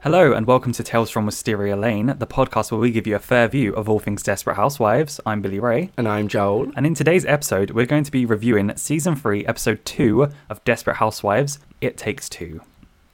Hello, and welcome to Tales from Wisteria Lane, the podcast where we give you a fair view of all things Desperate Housewives. I'm Billy Ray. And I'm Joel. And in today's episode, we're going to be reviewing season 3, episode 2 of Desperate Housewives It Takes Two.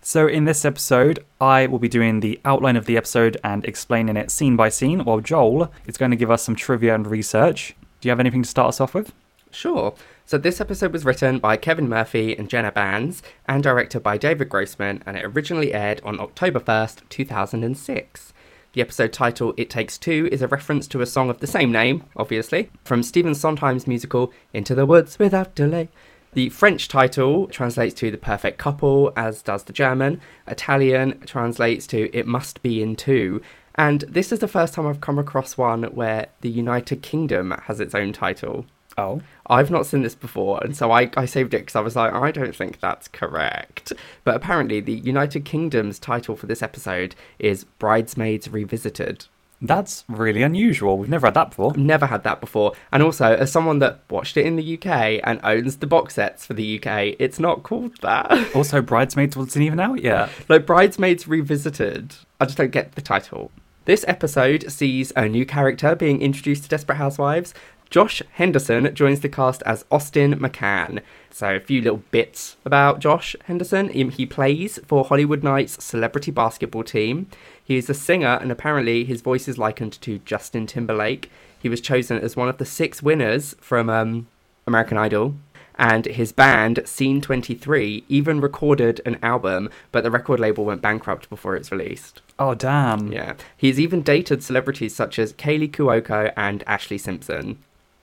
So, in this episode, I will be doing the outline of the episode and explaining it scene by scene, while Joel is going to give us some trivia and research. Do you have anything to start us off with? Sure. So this episode was written by Kevin Murphy and Jenna Banns and directed by David Grossman and it originally aired on October 1st, 2006. The episode title It Takes Two is a reference to a song of the same name, obviously, from Stephen Sondheim's musical Into the Woods Without Delay. The French title translates to The Perfect Couple, as does the German. Italian translates to It Must Be in Two. And this is the first time I've come across one where the United Kingdom has its own title. Oh. I've not seen this before, and so I, I saved it because I was like, I don't think that's correct. But apparently, the United Kingdom's title for this episode is Bridesmaids Revisited. That's really unusual. We've never had that before. Never had that before. And also, as someone that watched it in the UK and owns the box sets for the UK, it's not called that. Also, Bridesmaids wasn't even out yet. like, Bridesmaids Revisited. I just don't get the title. This episode sees a new character being introduced to Desperate Housewives, Josh Henderson joins the cast as Austin McCann. So, a few little bits about Josh Henderson. Um, He plays for Hollywood Knights' celebrity basketball team. He is a singer, and apparently, his voice is likened to Justin Timberlake. He was chosen as one of the six winners from um, American Idol. And his band, Scene 23, even recorded an album, but the record label went bankrupt before it's released. Oh, damn. Yeah. He's even dated celebrities such as Kaylee Cuoco and Ashley Simpson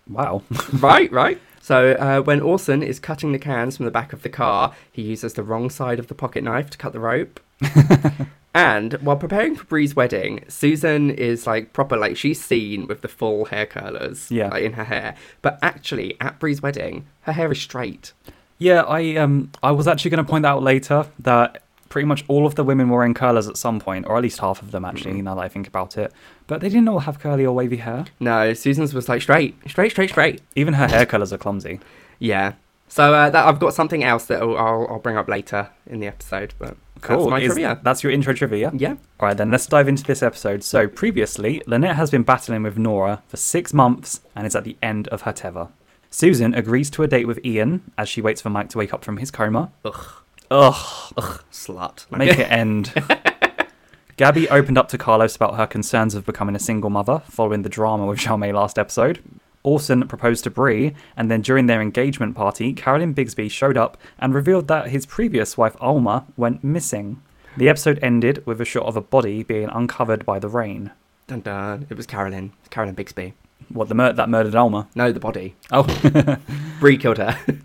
Wow. right, right. So uh, when Orson is cutting the cans from the back of the car, he uses the wrong side of the pocket knife to cut the rope. and while preparing for Bree's wedding, Susan is like proper like she's seen with the full hair curlers, Yeah. like, in her hair. But actually, at Bree's wedding, her hair is straight. Yeah, I um I was actually going to point out later that pretty much all of the women were in curlers at some point, or at least half of them actually. Mm-hmm. Now that I think about it, but they didn't all have curly or wavy hair. No, Susan's was like straight, straight, straight, straight. Even her hair colors are clumsy. Yeah. So uh, that I've got something else that I'll, I'll, I'll bring up later in the episode, but that's my Is- trivia. that's your intro trivia. Yeah. All right, then let's dive into this episode. So previously, Lynette has been battling with Nora for six months and is at the end of her tether. Susan agrees to a date with Ian as she waits for Mike to wake up from his coma. Ugh, Ugh. slut. Make it end. Gabby opened up to Carlos about her concerns of becoming a single mother following the drama with Charmaine last episode. Orson proposed to Bree, and then during their engagement party, Carolyn Bigsby showed up and revealed that his previous wife Alma went missing. The episode ended with a shot of a body being uncovered by the rain. Dun dun. It was Carolyn. It's Carolyn Bixby. What the mur- that murdered Alma? No, the body. Oh, Bree killed her.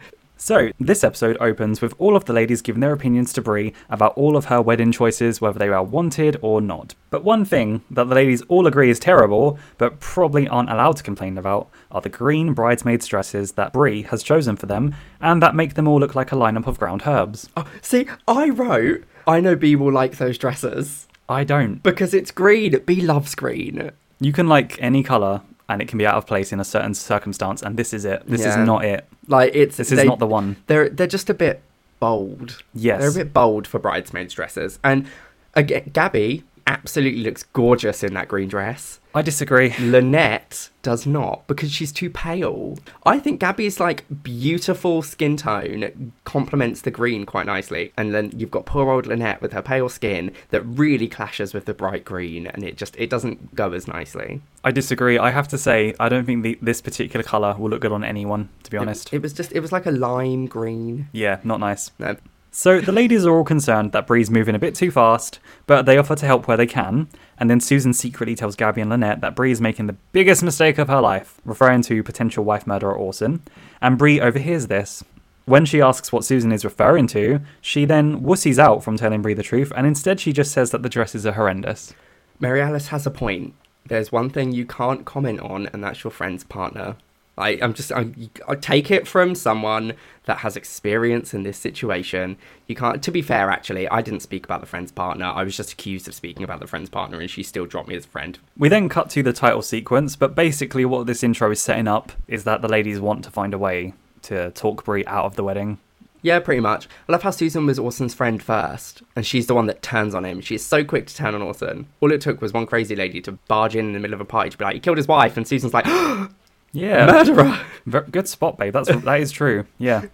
So, this episode opens with all of the ladies giving their opinions to Brie about all of her wedding choices, whether they are wanted or not. But one thing that the ladies all agree is terrible, but probably aren't allowed to complain about, are the green bridesmaids' dresses that Brie has chosen for them, and that make them all look like a lineup of ground herbs. oh, see, I wrote, I know Bee will like those dresses I don't. because it's green. Bee loves green. You can like any colour, and it can be out of place in a certain circumstance, and this is it. This Yeah. is not it. Like it's This is not the one. They're they're just a bit bold. Yes. they're a bit bold for bridesmaids' dresses. And again, Gabby absolutely looks gorgeous in that green dress. I disagree. Lynette does not because she's too pale. I think Gabby's like beautiful skin tone complements the green quite nicely. And then you've got poor old Lynette with her pale skin that really clashes with the bright green and it just it doesn't go as nicely. I disagree. I have to say, I don't think the, this particular colour will look good on anyone, to be honest. It, was just it was like a lime green. yeah, not nice. No. So the ladies are all concerned that Bree's moving a bit too fast, but they offer to help where they can. And then Susan secretly tells Gabby and Lynette that Bree is making the biggest mistake of her life, referring to potential wife murderer Orson. And Bree overhears this. When she asks what Susan is referring to, she then wussies out from telling Bree the truth, and instead she just says that the dresses are horrendous. Mary Alice has a point. There's one thing you can't comment on, and that's your friend's partner. I, I'm just, I, I take it from someone that has experience in this situation. You can't, to be fair, actually, I didn't speak about the friend's partner. I was just accused of speaking about the friend's partner, and she still dropped me as a friend. We then cut to the title sequence, but basically what this intro is setting up is that the ladies want to find a way to talk Bree out of the wedding. Yeah, pretty much. I love how Susan was Orson's friend first, and she's the one that turns on him. She's so quick to turn on Orson. All it took was one crazy lady to barge in in the middle of a party to be like, "He killed his wife," and Susan's like, Yeah, "Murderer." Ver good spot, babe. That's that is true. Yeah.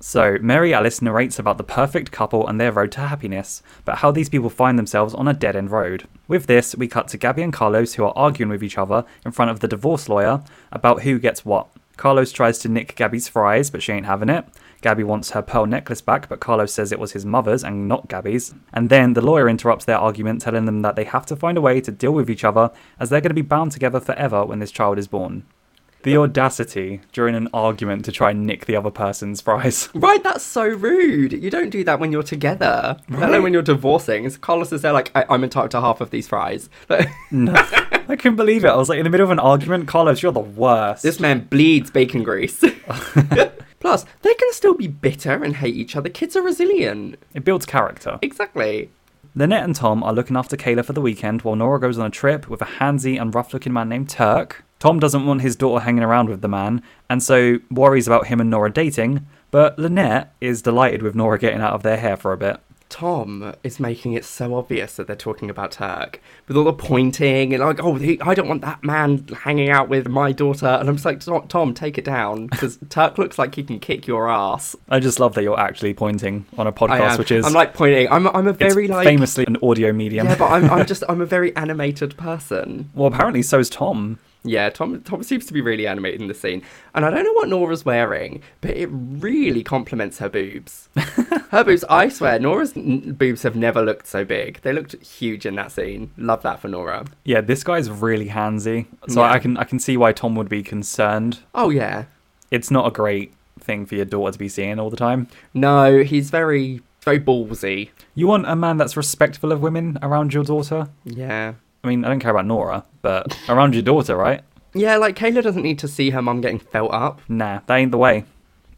so Mary Alice narrates about the perfect couple and their road to happiness, but how these people find themselves on a dead end road. With this, we cut to Gabby and Carlos who are arguing with each other in front of the divorce lawyer about who gets what. Carlos tries to nick Gabby's fries, but she ain't having it. Gabby wants her pearl necklace back, but Carlos says it was his mother's and not Gabby's. And then the lawyer interrupts their argument, telling them that they have to find a way to deal with each other, as they're going to be bound together forever when this child is born. The audacity during an argument to try and nick the other person's fries. Right, that's so rude. You don't do that when you're together. Let alone when you're divorcing. So Carlos is there like, I- I'm entitled to half of these fries. Like, I couldn't believe it. I was like, in the middle of an argument, Carlos, you're the worst. this man bleeds bacon grease. Plus, they can still be bitter and hate each other. Kids are resilient. It builds character. Exactly. Lynette and Tom are looking after Kayla for the weekend while Nora goes on a trip with a handsy and rough looking man named Turk. Tom doesn't want his daughter hanging around with the man and so worries about him and Nora dating, but Lynette is delighted with Nora getting out of their hair for a bit. Tom is making it so obvious that they're talking about Turk with all the pointing and like, oh, he, I don't want that man hanging out with my daughter. And I'm just like, "Tom- Tom, take it down because Turk looks like he can kick your ass. I just love that you're actually pointing on a I podcast, am. which is I'm like pointing. I'm, I'm a it's very like famously an audio medium. Yeah, but I'm, I'm just I'm a very animated person. well, apparently so is Tom. Yeah, Tom Tom seems to be really animated in the scene, and I don't know what Nora's wearing, but it really complements her boobs. her boobs, I swear, Nora's n- boobs have never looked so big. They looked huge in that scene. Love that for Nora. Yeah, this guy's really handsy, so Yeah. I can I can see why Tom would be concerned. Oh yeah, It's not a great thing for your daughter to be seeing all the time. no, he's very very ballsy. You want a man that's respectful of women around your daughter? Yeah. I mean, I don't care about Nora, but around your daughter, right? Yeah, like Kayla doesn't need to see her mum getting felt up. Nah, that ain't the way.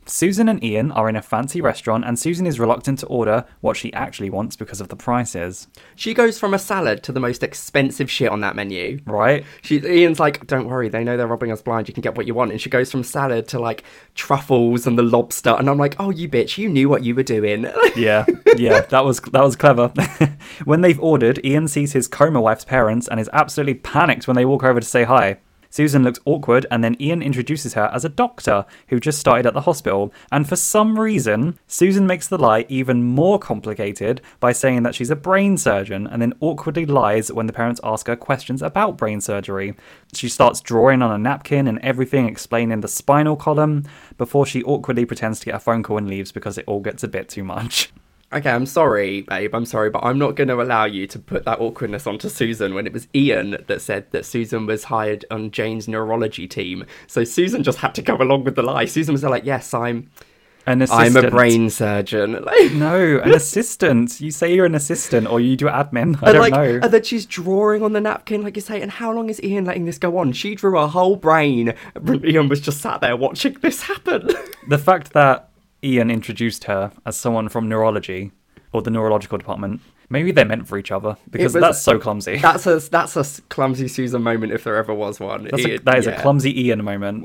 Susan and Ian are in a fancy restaurant, and Susan is reluctant to order what she actually wants because of the prices, She goes from a salad to the most expensive shit on that menu. right? She, Ian's like, don't worry, they know they're robbing us blind. You can get what you want. And she goes from salad to like truffles and the lobster. And I'm like, oh, you bitch, you knew what you were doing. Yeah, yeah, that was that was clever. when they've ordered, Ian sees his coma wife's parents and is absolutely panicked when they walk over to say hi. Susan looks awkward, and then Ian introduces her as a doctor who just started at the hospital. And for some reason, Susan makes the lie even more complicated by saying that she's a brain surgeon and then awkwardly lies when the parents ask her questions about brain surgery. She starts drawing on a napkin and everything, explaining the spinal column, before she awkwardly pretends to get a phone call and leaves because it all gets a bit too much. okay, I'm sorry, babe. I'm sorry, but I'm not going to allow you to put that awkwardness onto Susan when it was Ian that said that Susan was hired on Jane's neurology team. So Susan just had to go along with the lie. Susan was like, yes, I'm. An assistant. I'm a brain surgeon. Like, No, an assistant. You say you're an assistant or you do admin. I and don't like, know. and then she's drawing on the napkin, like you say. And how long is Ian letting this go on? She drew her whole brain. Ian was just sat there watching this happen. The fact that Ian introduced her as someone from neurology or the neurological department, maybe they're meant for each other because was- that's so clumsy. that's a that's a s- clumsy Susan moment if there ever was one. That's a, Ian- that is a yeah. clumsy Ian moment.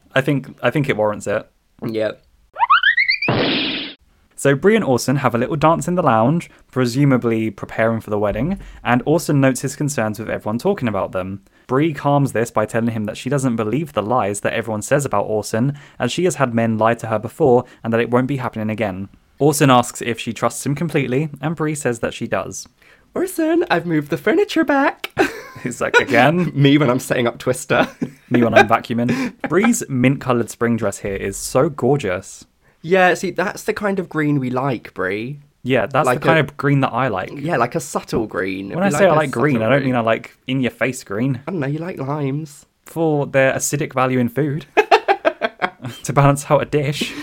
I think I think it warrants it. Yeah. So Brie and Orson have a little dance in the lounge, presumably preparing for the wedding, and Orson notes his concerns with everyone talking about them. Brie calms this by telling him that she doesn't believe the lies that everyone says about Orson, as she has had men lie to her before and that it won't be happening again. Orson asks if she trusts him completely, and Brie says that she does. Orson, I've moved the furniture back. He's like, again? Me when I'm setting up Twister. Me when I'm vacuuming. Brie's mint coloured spring dress here is so gorgeous. yeah, see, that's the kind of green we like, Brie. Yeah, that's Like the kind a- of green that I like. Yeah, like a subtle green. When I say I like green, I don't mean I I like in your face green. don't know. You like limes. for their acidic value in food to balance out a dish.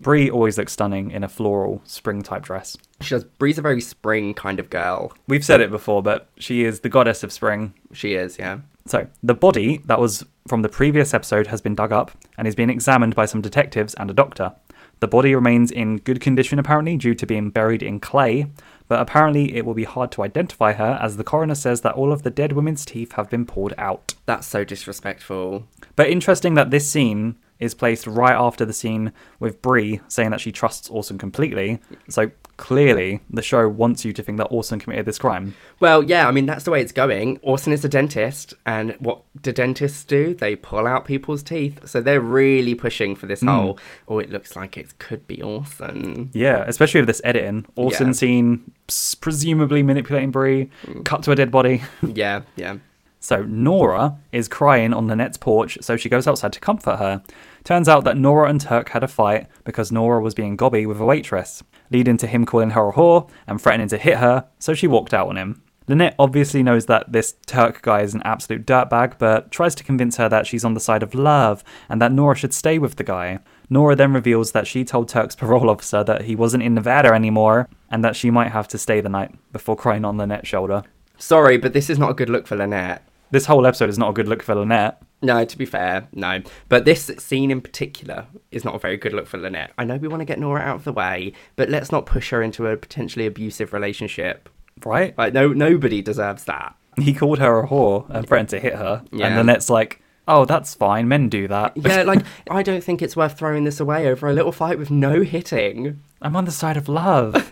Brie always looks stunning in a floral spring type dress. She does. Brie's a very spring kind of girl. We've said it before, but she is the goddess of spring. She is, yeah. So, the body that was from the previous episode has been dug up and is being examined by some detectives and a doctor. The body remains in good condition apparently due to being buried in clay, but apparently it will be hard to identify her as the coroner says that all of the dead woman's teeth have been pulled out. That's so disrespectful. But interesting that this scene is placed right after the scene with Bree saying that she trusts Orson completely. So clearly, the show wants you to think that Orson committed this crime. Well, yeah, I mean, that's the way it's going. Orson is a dentist, and what do dentists do? They pull out people's teeth. So they're really pushing for this whole, oh, it looks like it could be Orson. Yeah, especially with this editing. Orson Yeah. seen s- presumably manipulating Bree, cut to a dead body. yeah, yeah. So Nora is crying on Lynette's porch, so she goes outside to comfort her. Turns out that Nora and Turk had a fight because Nora was being gobby with a waitress, leading to him calling her a whore and threatening to hit her, so she walked out on him. Lynette obviously knows that this Turk guy is an absolute dirtbag, but tries to convince her that she's on the side of love and that Nora should stay with the guy. Nora then reveals that she told Turk's parole officer that he wasn't in Nevada anymore and that she might have to stay the night before crying on Lynette's shoulder. Sorry, but this is not a good look for Lynette. This whole episode is not a good look for Lynette. No, to be fair, no. But this scene in particular is not a very good look for Lynette. I know we want to get Nora out of the way, but let's not push her into a potentially abusive relationship. right? Like, no, nobody deserves that. He called her a whore and threatened to hit her. Yeah. And then it's like, oh, that's fine. Men do that. Yeah, like, I don't think it's worth throwing this away over a little fight with no hitting. I'm on the side of love.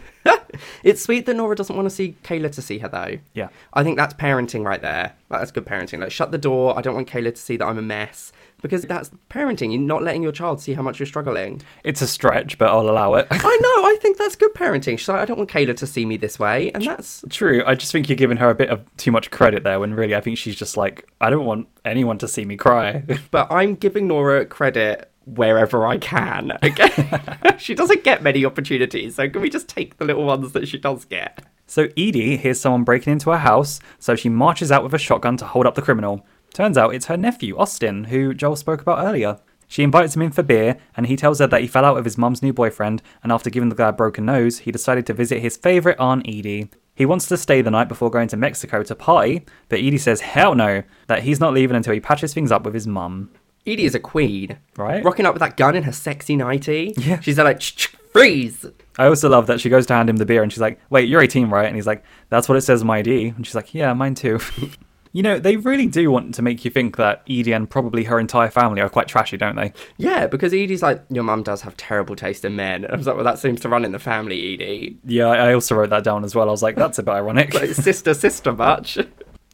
It's sweet that Nora doesn't want to see Kayla to see her, though. yeah. I think that's parenting right there. Like, that's good parenting. Like, shut the door. I don't want Kayla to see that I'm a mess. Because that's parenting. You're not letting your child see how much you're struggling. It's a stretch, but I'll allow it. I know. I think that's good parenting. She's like, I don't want Kayla to see me this way, and that's True. I just think you're giving her a bit of too much credit there when really I think she's just like, I don't want anyone to see me cry. but I'm giving Nora credit wherever I can. Okay. she doesn't get many opportunities, so can we just take the little ones that she does get? so Edie hears someone breaking into her house, so she marches out with a shotgun to hold up the criminal. Turns out it's her nephew, Austin, who Joel spoke about earlier. She invites him in for beer, and he tells her that he fell out with his mum's new boyfriend, and after giving the guy a broken nose, he decided to visit his favourite aunt Edie. He wants to stay the night before going to Mexico to party, but Edie says hell no, that he's not leaving until he patches things up with his mum. Edie is a queen, Right. Rocking up with that gun in her sexy nighty. Yeah. She's like, "Ch- ch- freeze. I also love that she goes to hand him the beer and she's like, wait, you're 18, right? And he's like, that's what it says on my ID. And she's like, yeah, mine too. you know, they really do want to make you think that Edie and probably her entire family are quite trashy, don't they? Yeah, because Edie's like, your mum does have terrible taste in men. And I was like, well, that seems to run in the family, E Edie. Yeah, I I also wrote that down as well. I was like, that's a bit ironic. Like, sister, sister much.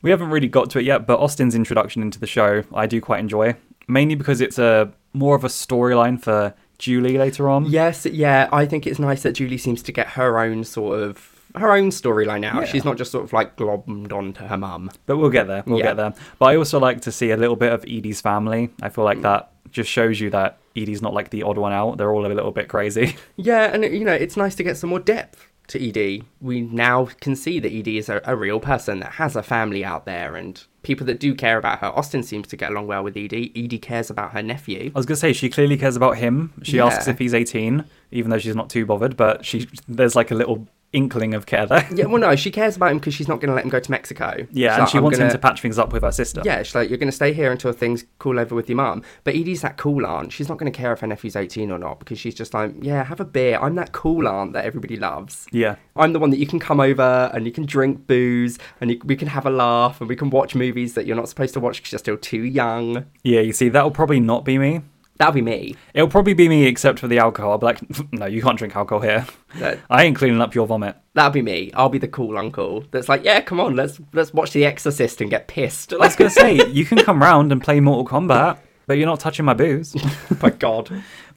we haven't really got to it yet, but Austin's introduction into the show, I do quite enjoy, mainly because it's a more of a storyline for Julie later on. Yes, yeah, I think it's nice that Julie seems to get her own sort of her own storyline out. Yeah. She's not just sort of like glommed onto her mum. But we'll get there. We'll Yeah. get there. But I also like to see a little bit of Edie's family. I feel Mm. like that just shows you that Edie's not like the odd one out. They're all a little bit crazy. Yeah, and you know, it's nice to get some more depth to Edie. We now can see that Edie is a, a real person that has a family out there and people that do care about her. Austin seems to get along well with E Edie. Edie cares about her nephew. I was gonna say she clearly cares about him. She Yeah. asks if he's eighteen, even though she's not too bothered. But she there's like a little inkling of care there. Yeah, well, no, she cares about him because she's not going to let him go to Mexico. Yeah, She's and like, she "I'm wants him gonna- to patch things up with her sister. Yeah, she's like, you're going to stay here until things cool over with your mum. But Edie's that cool aunt. She's not going to care if her nephew's 18 or not because she's just like, yeah, have a beer. I'm that cool aunt that everybody loves. Yeah. I'm the one that you can come over and you can drink booze and you, we can have a laugh and we can watch movies that you're not supposed to watch because you're still too young. Yeah, you see, that'll probably not be me. That'll be me. It'll probably be me except for the alcohol. I'll be like, no, you can't drink alcohol here. That, I ain't cleaning up your vomit. that'll be me. I'll be the cool uncle that's like, yeah, come on, let's let's watch The Exorcist and get pissed. I was gonna say, you can come round and play Mortal Kombat, but you're not touching my booze. oh my god.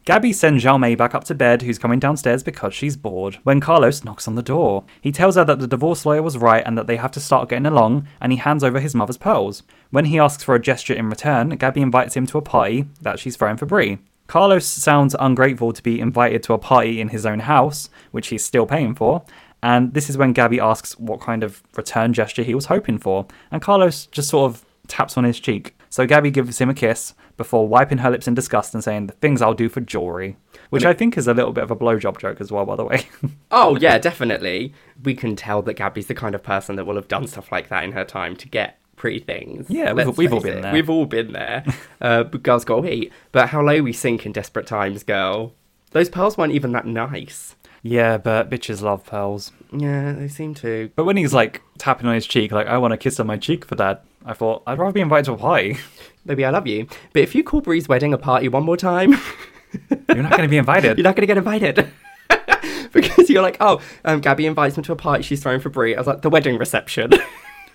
Gabby sends Jaume back up to bed, who's coming downstairs because she's bored, when Carlos knocks on the door. He tells her that the divorce lawyer was right and that they have to start getting along, and he hands over his mother's pearls. When he asks for a gesture in return, Gabby invites him to a party that she's throwing for Brie. Carlos sounds ungrateful to be invited to a party in his own house, which he's still paying for, and this is when Gabby asks what kind of return gesture he was hoping for, and Carlos just sort of taps on his cheek. So Gabby gives him a kiss before wiping her lips in disgust and saying the things I'll do for jewelry, which I think is a little bit of a blowjob joke as well, by the way. Oh yeah, definitely. We can tell that Gabby's the kind of person that will have done stuff like that in her time to get pretty things. Yeah, we've- Let's we've all face been it, there. We've all been there. uh, but girls got to eat. But how low we sink in desperate times, girl. Those pearls weren't even that nice. yeah, but bitches love pearls. Yeah, they seem to. But when he's like tapping on his cheek, like I want a kiss on my cheek for that, I thought I'd rather be invited to a party. Maybe I love you. But if you call Bree's wedding a party one more time, You're not going to be invited. you're not going to get invited. because you're like, oh, um, Gabby invites me to a party she's throwing for Bree. I was like, the wedding reception.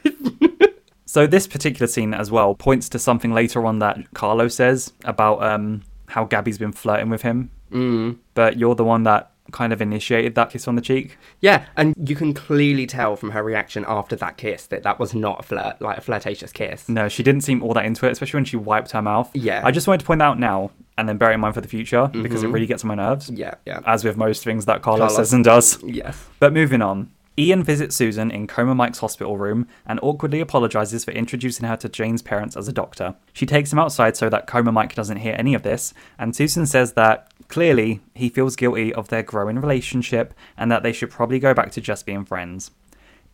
So this particular scene as well points to something later on that Carlo says about um, how Gabby's been flirting with him. Mm. But you're the one that kind of initiated that kiss on the cheek. yeah, and you can clearly tell from her reaction after that kiss that that was not a flirt, like a flirtatious kiss. No, she didn't seem all that into it, especially when she wiped her mouth. Yeah. I just wanted to point that out now and then bear it in mind for the future because it really gets on my nerves. Yeah, yeah. As with most things that Mm-hmm. Carlo Carlos. says and does. yes. But moving on. Ian visits Susan in Coma Mike's hospital room and awkwardly apologizes for introducing her to Jane's parents as a doctor. She takes him outside so that Coma Mike doesn't hear any of this, and Susan says that clearly he feels guilty of their growing relationship and that they should probably go back to just being friends.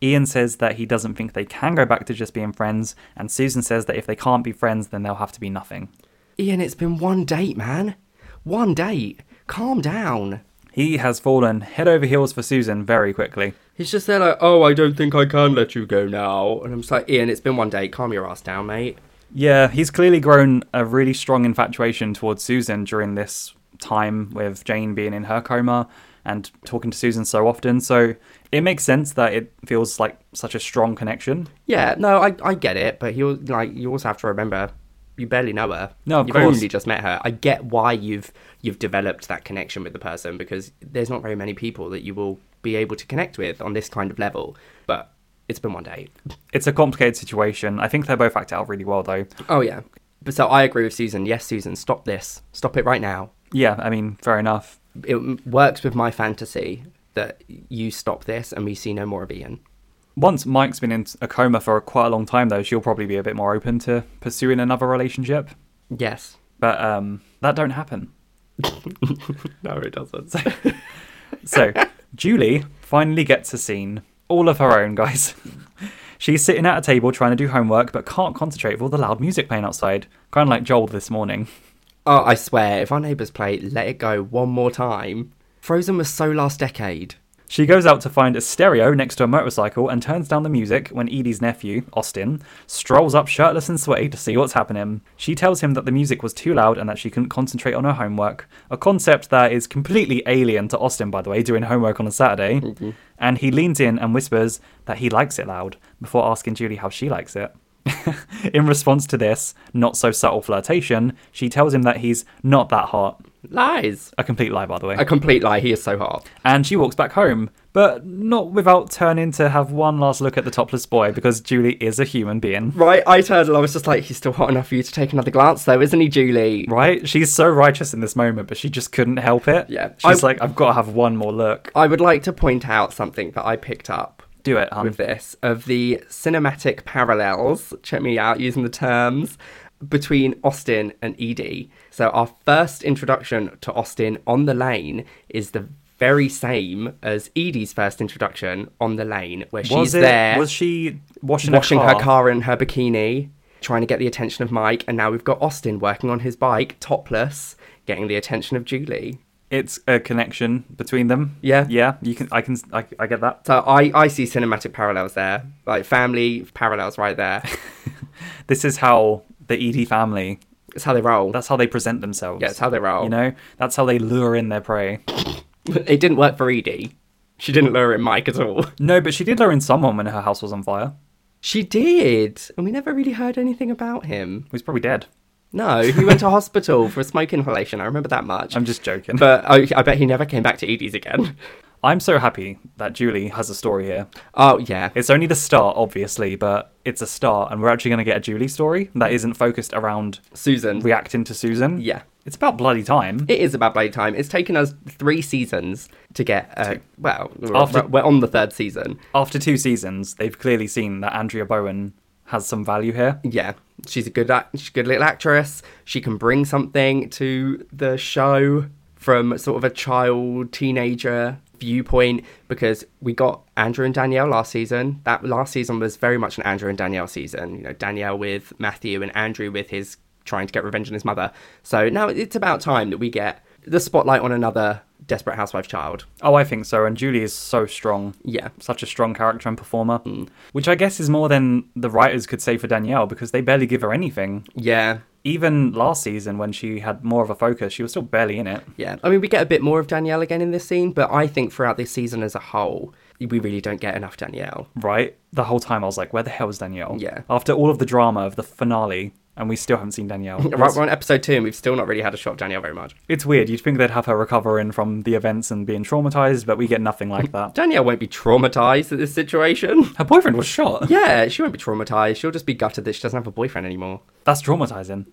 Ian says that he doesn't think they can go back to just being friends, and Susan says that if they can't be friends, then they'll have to be nothing. Ian, it's been one date, man. One date. Calm down. He has fallen head over heels for Susan very quickly. He's just there like, oh, I don't think I can let you go now. And I'm just like, Ian, it's been one day. Calm your ass down, mate. Yeah, he's clearly grown a really strong infatuation towards Susan during this time with Jane being in her coma and talking to Susan so often. So it makes sense that it feels like such a strong connection. Yeah, no, I, I get it, but you like you also have to remember you barely know her. No, of you've course. only just met her. I get why you've you've developed that connection with the person because there's not very many people that you will be able to connect with on this kind of level. But it's been one date. It's a complicated situation. I think they both act out really well, though. Oh yeah. But so I agree with Susan. Yes, Susan, stop this. Stop it right now. Yeah, I mean, fair enough. It m- works with my fantasy that you stop this and we see no more of Ian. Once Mike's been in a coma for quite a long time, though, she'll probably be a bit more open to pursuing another relationship. Yes. But um, that don't happen. No, it doesn't. So, Julie finally gets a scene all of her own, guys. She's sitting at a table trying to do homework but can't concentrate with all the loud music playing outside, kind of like Joel this morning. Oh, I swear, if our neighbours play Let It Go one more time, Frozen was so last decade. She goes out to find a stereo next to a motorcycle and turns down the music when Edie's nephew, Austin, strolls up shirtless and sweaty to see what's happening. She tells him that the music was too loud and that she couldn't concentrate on her homework, a concept that is completely alien to Austin, by the way, doing homework on a Saturday. And he leans in and whispers that he likes it loud before asking Julie how she likes it. in response to this not so subtle flirtation, she tells him that he's not that hot. Lies. A complete lie, by the way A complete lie, he is so hot. and she walks back home, but not without turning to have one last look at the topless boy because Julie is a human being. Right, I turned and I was just like, he's still hot enough for you to take another glance though, isn't he, Julie? Right? She's so righteous in this moment, but she just couldn't help it. Yeah. She's I- like, I've got to have one more look. I would like to point out something that I picked up Do it, hun. with this of the cinematic parallels, check me out using the terms, between Austin and Edie. So, our first introduction to Austin on the lane is the very same as Edie's first introduction on the lane, where she's was it, there Was she washing, washing her car? her car in her bikini, trying to get the attention of Mike, and now we've got Austin working on his bike, topless, getting the attention of Julie. It's a connection between them. Yeah. Yeah. You can. I can. I, I get that. So I, I see cinematic parallels there, like family parallels right there. This is how the Ed family. It's how they roll. That's how they present themselves. Yeah, it's how they roll. You know. That's how they lure in their prey. it didn't work for Edie. She didn't lure in Mike at all. No, but she did lure in someone when her house was on fire. She did, and we never really heard anything about him. He's probably dead. No, he went to hospital for a smoke inhalation. I remember that much. I'm just joking. But I, I bet he never came back to Edie's again. I'm so happy that Julie has a story here. Oh yeah, It's only the start, obviously, but it's a start, and we're actually going to get a Julie story that isn't focused around Susan. reacting to Susan. Yeah. It's about bloody time. It is about blade time. It's taken us three seasons to get. Uh, well, we're, After- we're on the third season. After two seasons, they've clearly seen that Andrea Bowen has some value here. Yeah, she's a good, act- she's a good little actress. She can bring something to the show from sort of a child teenager viewpoint because we got Andrew and Danielle last season. That last season was very much an Andrew and Danielle season. You know, Danielle with Matthew and Andrew with his trying to get revenge on his mother. So now it's about time that we get the spotlight on another Desperate Housewife child. Oh, I think so. And Julie is so strong. Yeah. Such a strong character and performer, which I guess is more than the writers could say for Danielle because they barely give her anything. Yeah. Even last season, when she had more of a focus, she was still barely in it. Yeah. I mean, we get a bit more of Danielle again in this scene, but I think throughout this season as a whole, we really don't get enough Danielle. Right? The whole time I was like, where the hell is Danielle? Yeah. After all of the drama of the finale, and we still haven't seen Danielle. Right, It's- we're on episode two, and we've still not really had a shot of Danielle very much. It's weird. You'd think they'd have her recovering from the events and being traumatized, but we get nothing like that. Danielle won't be traumatized at this situation. Her boyfriend was shot. Yeah, she won't be traumatized. She'll just be gutted that she doesn't have a boyfriend anymore. That's traumatizing.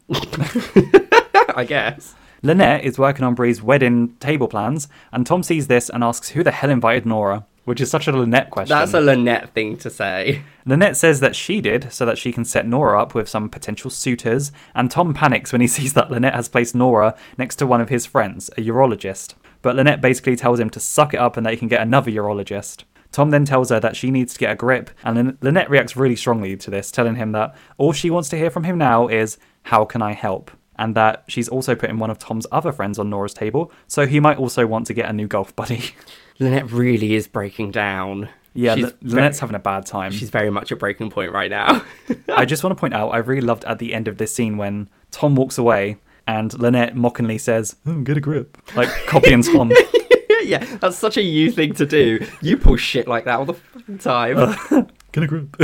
I guess. Lynette is working on Bree's wedding table plans, and Tom sees this and asks who the hell invited Nora, which is such a Lynette question. That's a Lynette thing to say. Lynette says that she did so that she can set Nora up with some potential suitors, and Tom panics when he sees that Lynette has placed Nora next to one of his friends, a urologist. But Lynette basically tells him to suck it up and that he can get another urologist. Tom then tells her that she needs to get a grip, and Lyn- Lynette reacts really strongly to this, telling him that all she wants to hear from him now is, How can I help? And that she's also putting one of Tom's other friends on Nora's table, so he might also want to get a new golf buddy. Lynette really is breaking down. yeah, she's, Lyn- Lynette's very, having a bad time. she's very much at breaking point right now. I just want to point out, I really loved at the end of this scene when Tom walks away and Lynette mockingly says, oh, "Get a grip," like copying Tom. yeah, that's such a you thing to do. You pull shit like that all the fucking time. Get a grip.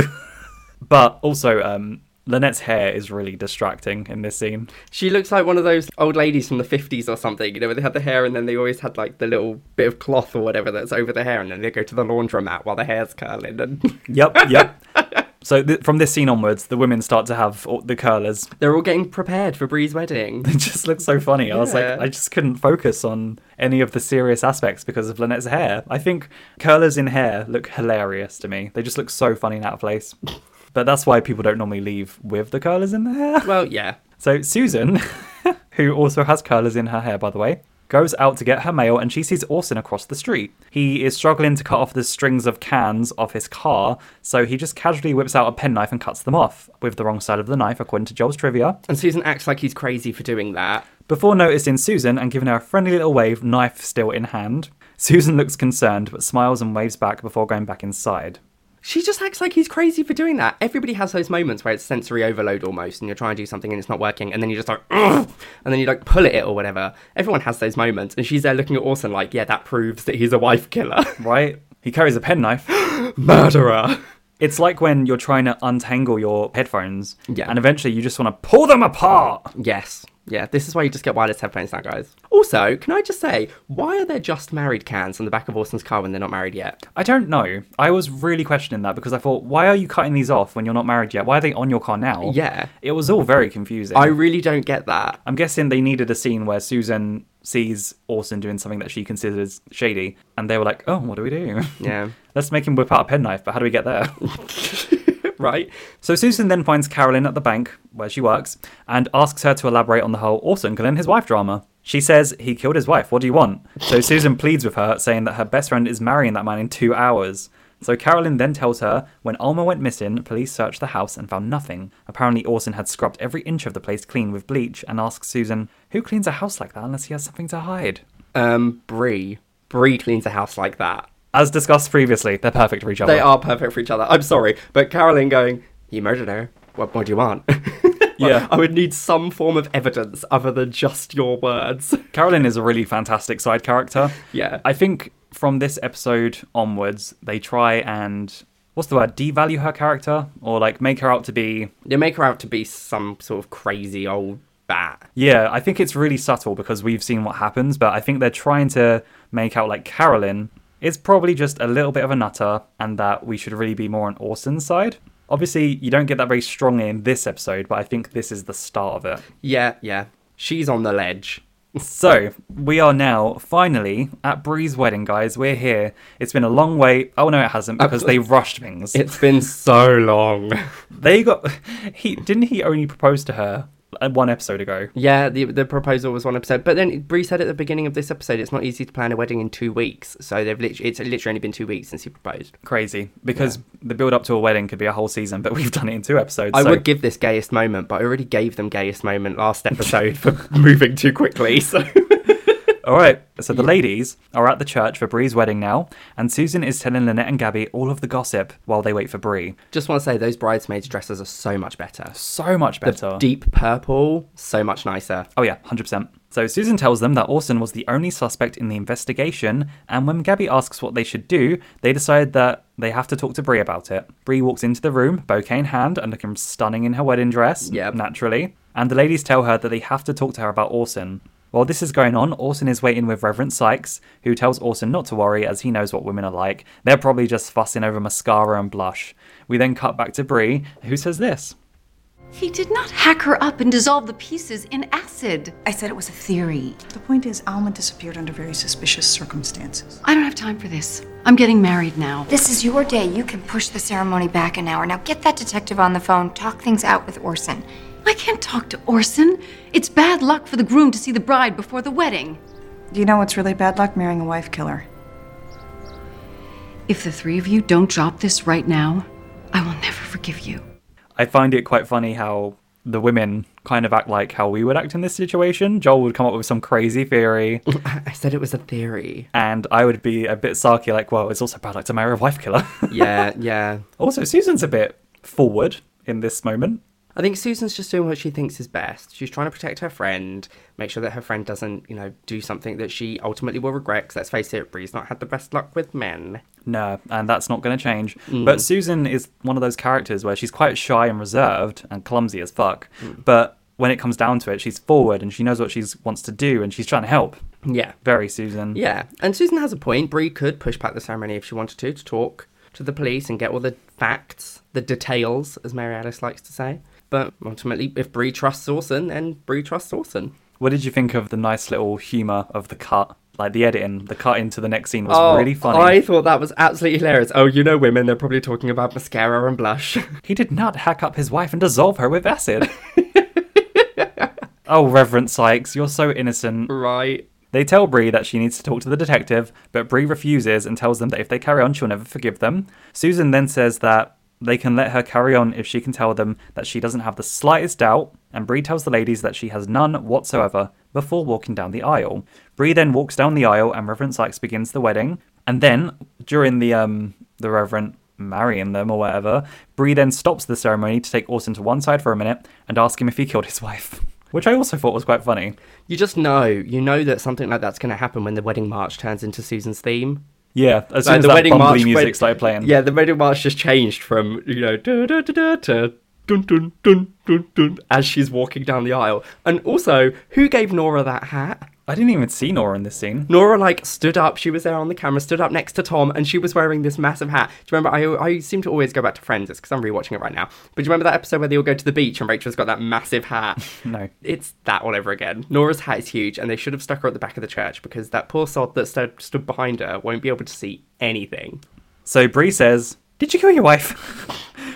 but also, um, Lynette's hair is really distracting in this scene. she looks like one of those old ladies from the 50s or something, you know, where they had the hair and then they always had like the little bit of cloth or whatever that's over the hair and then they go to the laundromat while the hair's curling and Yep, yep. So th- from this scene onwards, the women start to have all- the curlers. they're all getting prepared for Bree's wedding. It just looks so funny. I was like, Yeah. I just couldn't focus on any of the serious aspects because of Lynette's hair. I think curlers in hair look hilarious to me. They just look so funny and out of place. But that's why people don't normally leave with the curlers in their hair. Well, yeah. So Susan, who also has curlers in her hair, by the way, goes out to get her mail and she sees Orson across the street. He is struggling to cut off the strings of cans off his car, so he just casually whips out a penknife and cuts them off with the wrong side of the knife, according to Joel's trivia. And Susan acts like he's crazy for doing that. Before noticing Susan and giving her a friendly little wave, knife still in hand, Susan looks concerned but smiles and waves back before going back inside. She just acts like he's crazy for doing that. Everybody has those moments where it's sensory overload almost, and you're trying to do something and it's not working, and then you're just like, Ugh! and then you like pull at it or whatever. Everyone has those moments, and she's there looking at Orson like, yeah, that proves that he's a wife killer, Right? He carries a penknife. murderer. It's like when you're trying to untangle your headphones Yeah. and eventually you just want to pull them apart. Yes, yeah, this is why you just get wireless headphones now, guys. Also, can I just say, why are there just married cans on the back of Orson's car when they're not married yet? I don't know. I was really questioning that because I thought, why are you cutting these off when you're not married yet? Why are they on your car now? Yeah. It was all very confusing. I really don't get that. I'm guessing they needed a scene where Susan sees Orson doing something that she considers shady, and they were like, "Oh, what do we do? Yeah. Let's make him whip out a penknife." But how do we get there? right? so Susan then finds Carolyn at the bank where she works and asks her to elaborate on the whole Orson killing his wife drama. She says he killed his wife. What do you want? So Susan pleads with her, saying that her best friend is marrying that man in two hours. So Carolyn then tells her when Alma went missing, police searched the house and found nothing. Apparently, Orson had scrubbed every inch of the place clean with bleach and asks Susan, "Who cleans a house like that unless he has something to hide?" Um, Bree. Bree cleans a house like that. As discussed previously, they're perfect for each other. They are perfect for each other. I'm sorry, but Caroline going, "You murdered her. What more do you want?" Well, Yeah. I would need some form of evidence other than just your words. Carolyn is a really fantastic side character. Yeah. I think from this episode onwards, they try and what's the word? Devalue her character or like make her out to be. You make her out to be some sort of crazy old bat. Yeah, I think it's really subtle because we've seen what happens, but I think they're trying to make out like Carolyn is probably just a little bit of a nutter and that we should really be more on Orson's side. Obviously, you don't get that very strongly in this episode, but I think this is the start of it. Yeah, yeah. She's on the ledge. So, we are now finally at Bree's wedding, guys. We're here. It's been a long wait. Oh no, it hasn't because they rushed things. It's been so long. They got he didn't he only propose to her uh, one episode ago. yeah, the the proposal was one episode, but then Bree said at the beginning of this episode, it's not easy to plan a wedding in two weeks. So they've literally, it's literally only been two weeks since he proposed. Crazy because the build up to a wedding could be a whole season, but we've done it in two episodes. I so- would give this gayest moment, but I already gave them gayest moment last episode for moving too quickly. So All right. So the ladies are at the church for Bree's wedding now, and Susan is telling Lynette and Gabby all of the gossip while they wait for Bree. Just want to say those bridesmaids' dresses are so much better. So much better. Deep purple, so much nicer. Oh, yeah, 100%. So Susan tells them that Orson was the only suspect in the investigation, and when Gabby asks what they should do, they decide that they have to talk to Bree about it. Bree walks into the room, bouquet in hand, and looking stunning in her wedding dress, Yep. naturally, and the ladies tell her that they have to talk to her about Orson. While this is going on, Orson is waiting with Reverend Sykes, who tells Orson not to worry as he knows what women are like. They're probably just fussing over mascara and blush. We then cut back to Bree, who says this. He did not hack her up and dissolve the pieces in acid. I said it was a theory. The point is, Alma disappeared under very suspicious circumstances. I don't have time for this. I'm getting married now. This is your day. You can push the ceremony back an hour. Now get that detective on the phone. Talk things out with Orson. I can't talk to Orson. It's bad luck for the groom to see the bride before the wedding. You know what's really bad luck? Marrying a wife killer. If the three of you don't drop this right now, I will never forgive you. I find it quite funny how the women kind of act like how we would act in this situation. Joel would come up with some crazy theory, I said it was a theory. and I would be a bit sarky, like, well, it's also bad luck to marry a wife killer. Yeah, yeah. also, Susan's a bit forward in this moment. I think Susan's just doing what she thinks is best. She's trying to protect her friend, make sure that her friend doesn't, you know, do something that she ultimately will regret. 'cause let's face it, Bree's not had the best luck with men. No, and that's not going to change. But Susan is one of those characters where she's quite shy and reserved and clumsy as fuck. But when it comes down to it, she's forward and she knows what she wants to do and she's trying to help. Yeah. Very Susan. Yeah, and Susan has a point. Bree could push back the ceremony if she wanted to, to talk to the police and get all the facts, the details, as Mary Alice likes to say. But ultimately, if Bree trusts Orson, then Bree trusts Orson. What did you think of the nice little humour of the cut? Like the editing, the cut into the next scene was really funny. Oh, I thought that was absolutely hilarious. Oh, you know, women, they're probably talking about mascara and blush. He did not hack up his wife and dissolve her with acid. oh, Reverend Sykes, you're so innocent. right. They tell Bree that she needs to talk to the detective, but Bree refuses and tells them that if they carry on, she'll never forgive them. Susan then says that they can let her carry on if she can tell them that she doesn't have the slightest doubt, and Bree tells the ladies that she has none whatsoever before walking down the aisle. Bree then walks down the aisle and Reverend Sykes begins the wedding, and then during the um the Reverend marrying them or whatever, Bree then stops the ceremony to take Orson to one side for a minute and ask him if he killed his wife. Which I also thought was quite funny. You just know. You know that something like that's going to happen when the wedding march turns into Susan's theme. Yeah, as soon as that bumbly music started playing. Yeah, the wedding march just changed from you know da da da da to dun dun dun dun dun as she's walking down the aisle. And also, who gave Nora that hat? I didn't even see Nora in this scene. Nora like stood up. She was there on the camera, stood up next to Tom, and she was wearing this massive hat. Do you remember? I I seem to always go back to Friends. It's because I'm rewatching it right now. But do you remember that episode where they all go to the beach and Rachel's got that massive hat? No. It's that all over again. Nora's hat is huge, and they should have stuck her at the back of the church because that poor sod that stood, stood behind her won't be able to see anything. So Bree says, Did you kill your wife?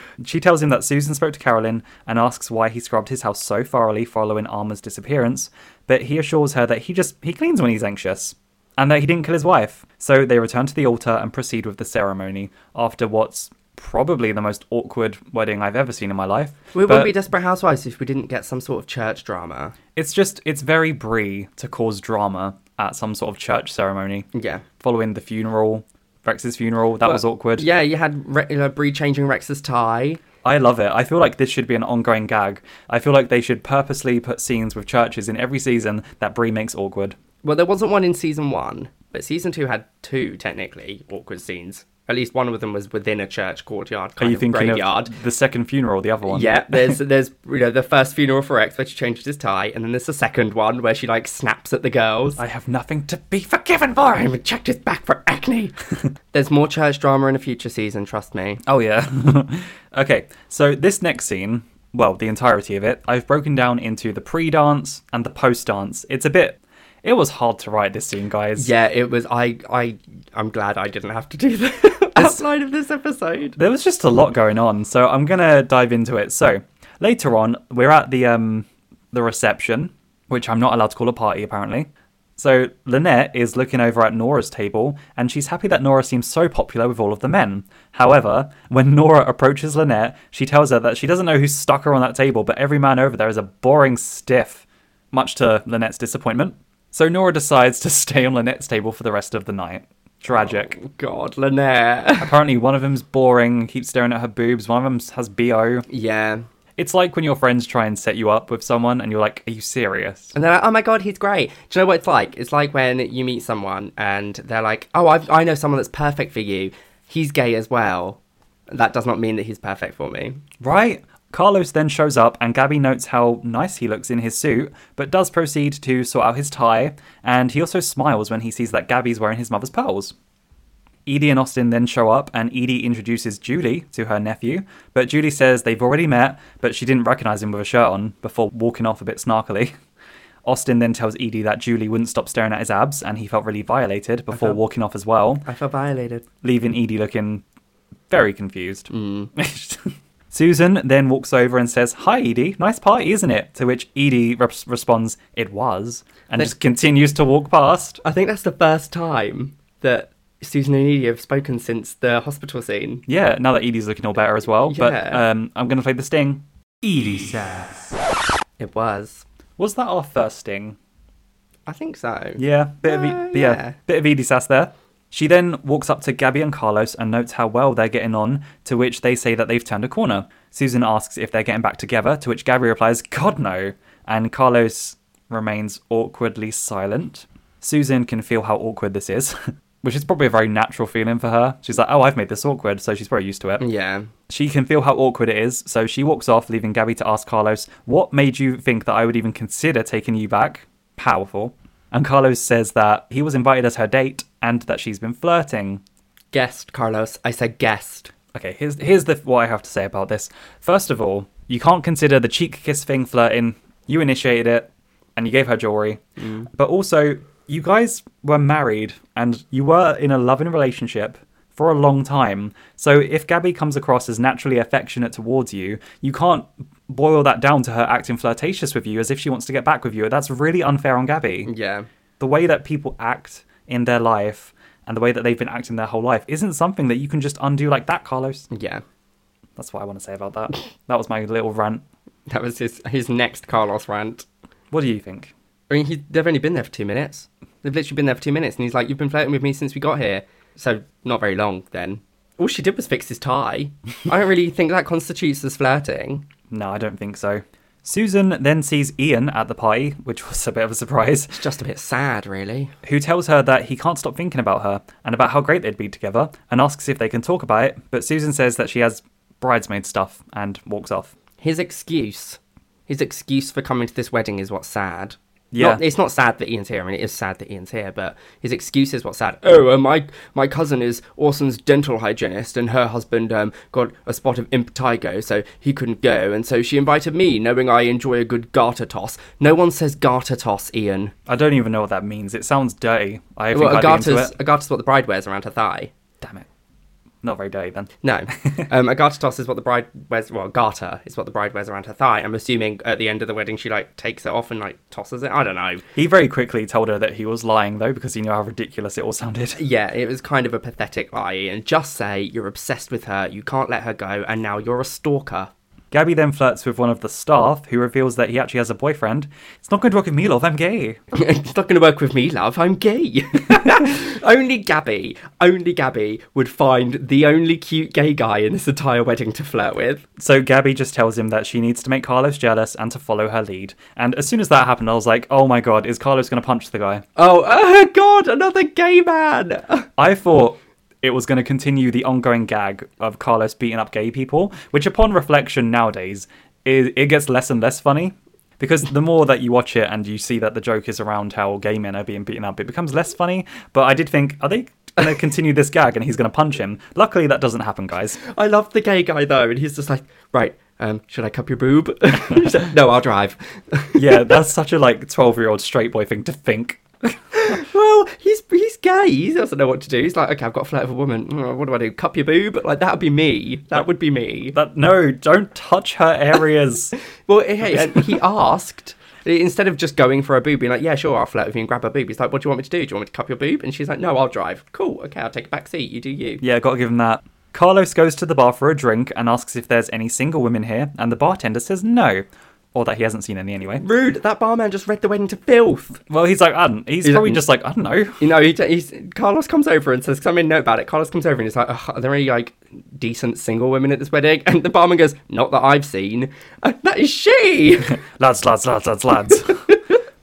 she tells him that Susan spoke to Carolyn and asks why he scrubbed his house so thoroughly following Alma's disappearance, but he assures her that he just he cleans when he's anxious. And that he didn't kill his wife. So they return to the altar and proceed with the ceremony after what's probably the most awkward wedding I've ever seen in my life. We But- would be Desperate Housewives if we didn't get some sort of church drama. It's just it's very Brie to cause drama at some sort of church ceremony. Yeah. Following the funeral, Rex's funeral, that was awkward. Yeah, you had Re- you know, Bree changing Rex's tie. I love it. I feel like this should be an ongoing gag. I feel like they should purposely put scenes with churches in every season that Brie makes awkward. Well, there wasn't one in season one, but season two had two technically awkward scenes. At least one of them was within a church courtyard Are kind you of thinking graveyard. of the second funeral, the other one? Yeah, there's there's you know the first funeral for Rex where she changes his tie, and then there's the second one where she like snaps at the girls. I have nothing to be forgiven for. I even checked his back for acne. there's more church drama in a future season, trust me. Oh yeah. okay, so this next scene, well, the entirety of it, I've broken down into the pre-dance and the post-dance. It's a bit. It was hard to write this scene, guys. Yeah, it was. I I I'm glad I didn't have to do the outline of this episode. There was just a lot going on, so I'm gonna dive into it. So later on, we're at the um the reception, which I'm not allowed to call a party apparently. So Lynette is looking over at Nora's table, and she's happy that Nora seems so popular with all of the men. However, when Nora approaches Lynette, she tells her that she doesn't know who stuck her on that table, but every man over there is a boring stiff, much to Lynette's disappointment. So Nora decides to stay on Lynette's table for the rest of the night. Tragic. God, Lynette. Apparently, one of them's boring, keeps staring at her boobs, one of them has BO. yeah. It's like when your friends try and set you up with someone and you're like, are you serious? And they're like, oh my god, he's great. Do you know what it's like? It's like when you meet someone and they're like, oh, I've, I know someone that's perfect for you. He's gay as well. That does not mean that he's perfect for me. Right? Carlos then shows up and Gabby notes how nice he looks in his suit, but does proceed to sort out his tie, and he also smiles when he sees that Gabby's wearing his mother's pearls. Edie and Austin then show up, and Edie introduces Julie to her nephew, but Julie says they've already met, but she didn't recognize him with a shirt on before walking off a bit snarkily. Austin then tells Edie that Julie wouldn't stop staring at his abs, and he felt really violated before felt- walking off as well I feel violated. leaving Edie looking very confused. Susan then walks over and says, Hi, Edie, nice party, isn't it? To which Edie re- responds, It was, and They- just continues to walk past. I think that's the first time that Susan and Edie have spoken since the hospital scene. Yeah, now that Edie's looking all better as well, but Yeah. um, I'm going to play the sting. Edie says. It was. Was that our first sting? I think so. Yeah, bit of e- Uh, yeah. yeah. bit of Edie sass there. She then walks up to Gabby and Carlos and notes how well they're getting on, to which they say that they've turned a corner. Susan asks if they're getting back together, to which Gabby replies, "God no," and Carlos remains awkwardly silent. Susan can feel how awkward this is, which is probably a very natural feeling for her. She's like, "Oh, I've made this awkward," so she's probably used to it. Yeah. She can feel how awkward it is, so she walks off, leaving Gabby to ask Carlos, What made you think that I would even consider taking you back? Powerful. And Carlos says that he was invited as her date and that she's been flirting. Guest, Carlos. I said guest. Okay, here's here's the what I have to say about this. First of all, you can't consider the cheek kiss thing flirting. You initiated it, and you gave her jewelry. But also, you guys were married, and you were in a loving relationship for a long time. So if Gabby comes across as naturally affectionate towards you, you can't boil that down to her acting flirtatious with you as if she wants to get back with you. That's really unfair on Gabby Yeah. the way that people act in their life and the way that they've been acting their whole life isn't something that you can just undo like that, Carlos. Yeah. That's what I want to say about that. That was my little rant. That was his his next Carlos rant. What do you think? I mean, he, they've only been there for two minutes. They've literally been there for two minutes, and he's like, "You've been flirting with me since we got here." So not very long then. All she did was fix his tie. I don't really think that constitutes as flirting. No, I don't think so. Susan then sees Ian at the party, which was a bit of a surprise, It's just a bit sad, really. who tells her that he can't stop thinking about her and about how great they'd be together and asks if they can talk about it, but Susan says that she has bridesmaid stuff and walks off. His excuse, his excuse for coming to this wedding is what's sad. Yeah. Not- it's not sad that Ian's here. I mean, it is sad that Ian's here, but his excuse is what's sad. Oh, uh, my my cousin is Orson's dental hygienist, and her husband um, got a spot of impetigo, so he couldn't go, and so she invited me, knowing I enjoy a good garter toss. No one says garter toss, Ian. I don't even know what that means. It sounds dirty. I think Well, a I'd be into garter's it. a garter's what the bride wears around her thigh. Damn it. Not very dirty then. No, um, a garter toss is what the bride wears. Well, a garter is what the bride wears around her thigh. I'm assuming at the end of the wedding she like takes it off and like tosses it. I don't know. He very quickly told her that he was lying, though, because he knew how ridiculous it all sounded. Yeah, it was kind of a pathetic lie. And just say you're obsessed with her, you can't let her go, and now you're a stalker. Gabby then flirts with one of the staff, who reveals that he actually has a boyfriend. It's not going to work with me, love, I'm gay. it's not going to work with me, love. I'm gay. only Gabby, only Gabby would find the only cute gay guy in this entire wedding to flirt with. So Gabby just tells him that she needs to make Carlos jealous and to follow her lead. And as soon as that happened, I was like, oh my god, is Carlos going to punch the guy? Oh, oh God, another gay man. I thought it was going to continue the ongoing gag of Carlos beating up gay people, which upon reflection nowadays, it, it gets less and less funny. Because the more that you watch it and you see that the joke is around how gay men are being beaten up, it becomes less funny. But I did think, are they going to continue this gag and he's going to punch him? Luckily, that doesn't happen, guys. I love the gay guy though, and he's just like, right, um, should I cup your boob? He's like, no, I'll drive. Yeah, that's such a like 12 year old straight boy thing to think. well, he's he's gay. He doesn't know what to do. He's like, okay, I've got to flirt with a woman. Mm, What do I do? Cup your boob? Like that would be me. That would be me. That no, don't touch her areas. Well, hey, and he asked. Instead of just going for a boob, being like, yeah, sure, I'll flirt with you and grab her boob. He's like, what do you want me to do? Do you want me to cup your boob? And she's like, no, I'll drive. Cool. Okay, I'll take a back seat. You do you. Yeah, gotta give him that. Carlos goes to the bar for a drink and asks if there's any single women here, and the bartender says no. or that he hasn't seen any anyway. Rude, that barman just read the wedding to filth. Well, he's like, I don't. He's, He's probably like, just like, I don't know. You know, he, he's, Carlos comes over and says, because I made a note about it. Carlos comes over and he's like, "Ugh, are there any, like, decent single women at this wedding? And the barman goes, not that I've seen. And that is she! lads, lads, lads, lads, lads.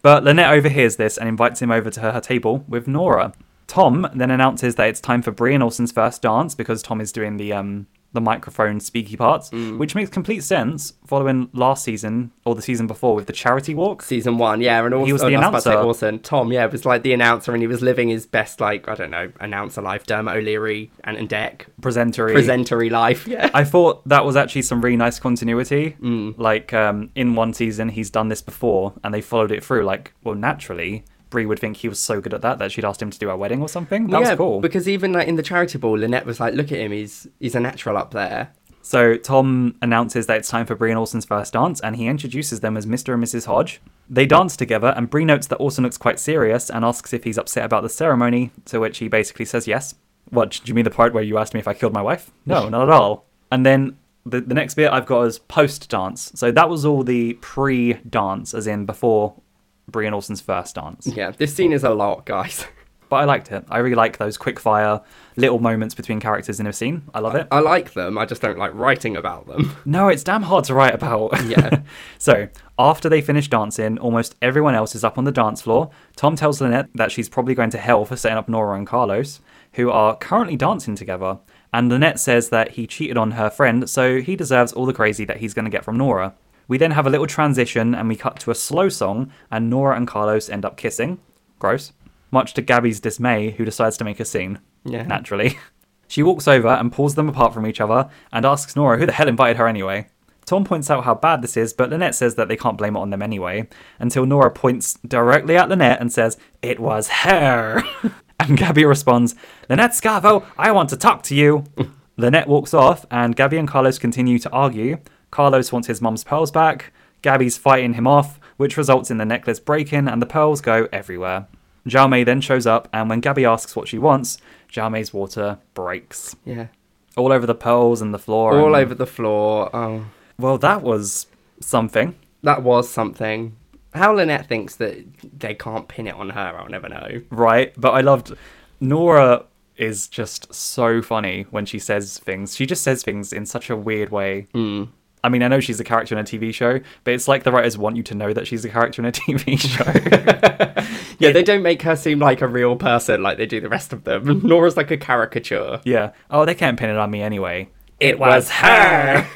but Lynette overhears this and invites him over to her, her table with Nora. Tom then announces that it's time for Brian Olsen's first dance because Tom is doing the um the microphone speaky parts, which makes complete sense following last season or the season before with the charity walk. Season one, yeah. And also, He was the I about to say announcer. Orson. Tom, yeah, was like the announcer and he was living his best, like, I don't know, announcer life, Dermot O'Leary and, and Deck. Presentery. Presentery life, yeah. I thought that was actually some really nice continuity. Like um, in one season, he's done this before, and they followed it through. Like, well, naturally, Brie would think he was so good at that that she'd asked him to do our wedding or something. That yeah, was cool. Because even like in the charity ball, Lynette was like, look at him, he's he's a natural up there. So Tom announces that it's time for Bree and Orson's first dance, and he introduces them as Mr. and Mrs. Hodge. They dance together, and Bree notes that Orson looks quite serious and asks if he's upset about the ceremony, to which he basically says yes. What, do you mean the part where you asked me if I killed my wife? No, not at all. And then the, the next bit I've got is post-dance. So that was all the pre-dance, as in before Bree and Olsen's first dance. Yeah, this scene is a lot, guys. But I liked it. I really like those quick-fire little moments between characters in a scene. I love it. I like them, I just don't like writing about them. No, it's damn hard to write about. Yeah. so, after they finish dancing, almost everyone else is up on the dance floor. Tom tells Lynette that she's probably going to hell for setting up Nora and Carlos, who are currently dancing together. And Lynette says that he cheated on her friend, so he deserves all the crazy that he's going to get from Nora. We then have a little transition and we cut to a slow song, and Nora and Carlos end up kissing. Gross. Much to Gabby's dismay, who decides to make a scene. Yeah. Naturally. She walks over and pulls them apart from each other and asks Nora who the hell invited her anyway. Tom points out how bad this is, but Lynette says that they can't blame it on them anyway, until Nora points directly at Lynette and says, It was her. and Gabby responds, Lynette Scavo, I want to talk to you. Lynette walks off, and Gabby and Carlos continue to argue. Carlos wants his mum's pearls back. Gabby's fighting him off, which results in the necklace breaking and the pearls go everywhere. Jaume then shows up, and when Gabby asks what she wants, Jaume's water breaks. Yeah. All over the pearls and the floor. All and- over the floor. Oh. Well, that was something. That was something. How Lynette thinks that they can't pin it on her, I'll never know. right? But I loved Nora is just so funny when she says things. She just says things in such a weird way. Mm. I mean, I know she's a character in a TV show, but it's like the writers want you to know that she's a character in a TV show. Yeah, they don't make her seem like a real person like they do the rest of them. Nora's like a caricature. yeah. Oh, they can't pin it on me anyway. It was her!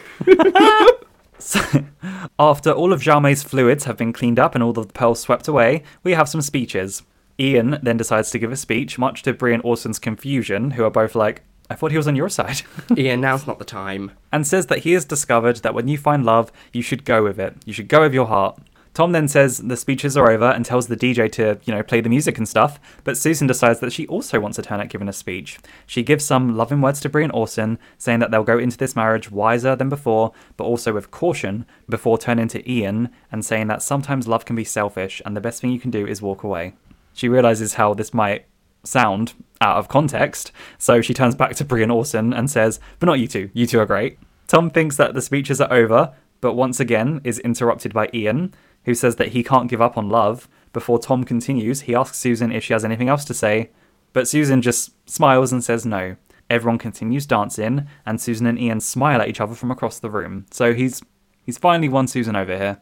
After all of Jaume's fluids have been cleaned up and all of the pearls swept away, we have some speeches. Ian then decides to give a speech, much to Brie and Orson's confusion, who are both like, I thought he was on your side. Ian, now's not the time. and says that he has discovered that when you find love, you should go with it. You should go with your heart. Tom then says the speeches are over and tells the DJ to, you know, play the music and stuff, but Susan decides that she also wants a turn at giving a speech. She gives some loving words to Brian Orson, saying that they'll go into this marriage wiser than before, but also with caution, before turning to Ian and saying that sometimes love can be selfish and the best thing you can do is walk away. She realizes how this might sound out of context. So she turns back to Brian Orson and says, But not you two, you two are great. Tom thinks that the speeches are over, but once again is interrupted by Ian, who says that he can't give up on love. Before Tom continues, he asks Susan if she has anything else to say, but Susan just smiles and says no. Everyone continues dancing, and Susan and Ian smile at each other from across the room. So he's he's finally won Susan over here.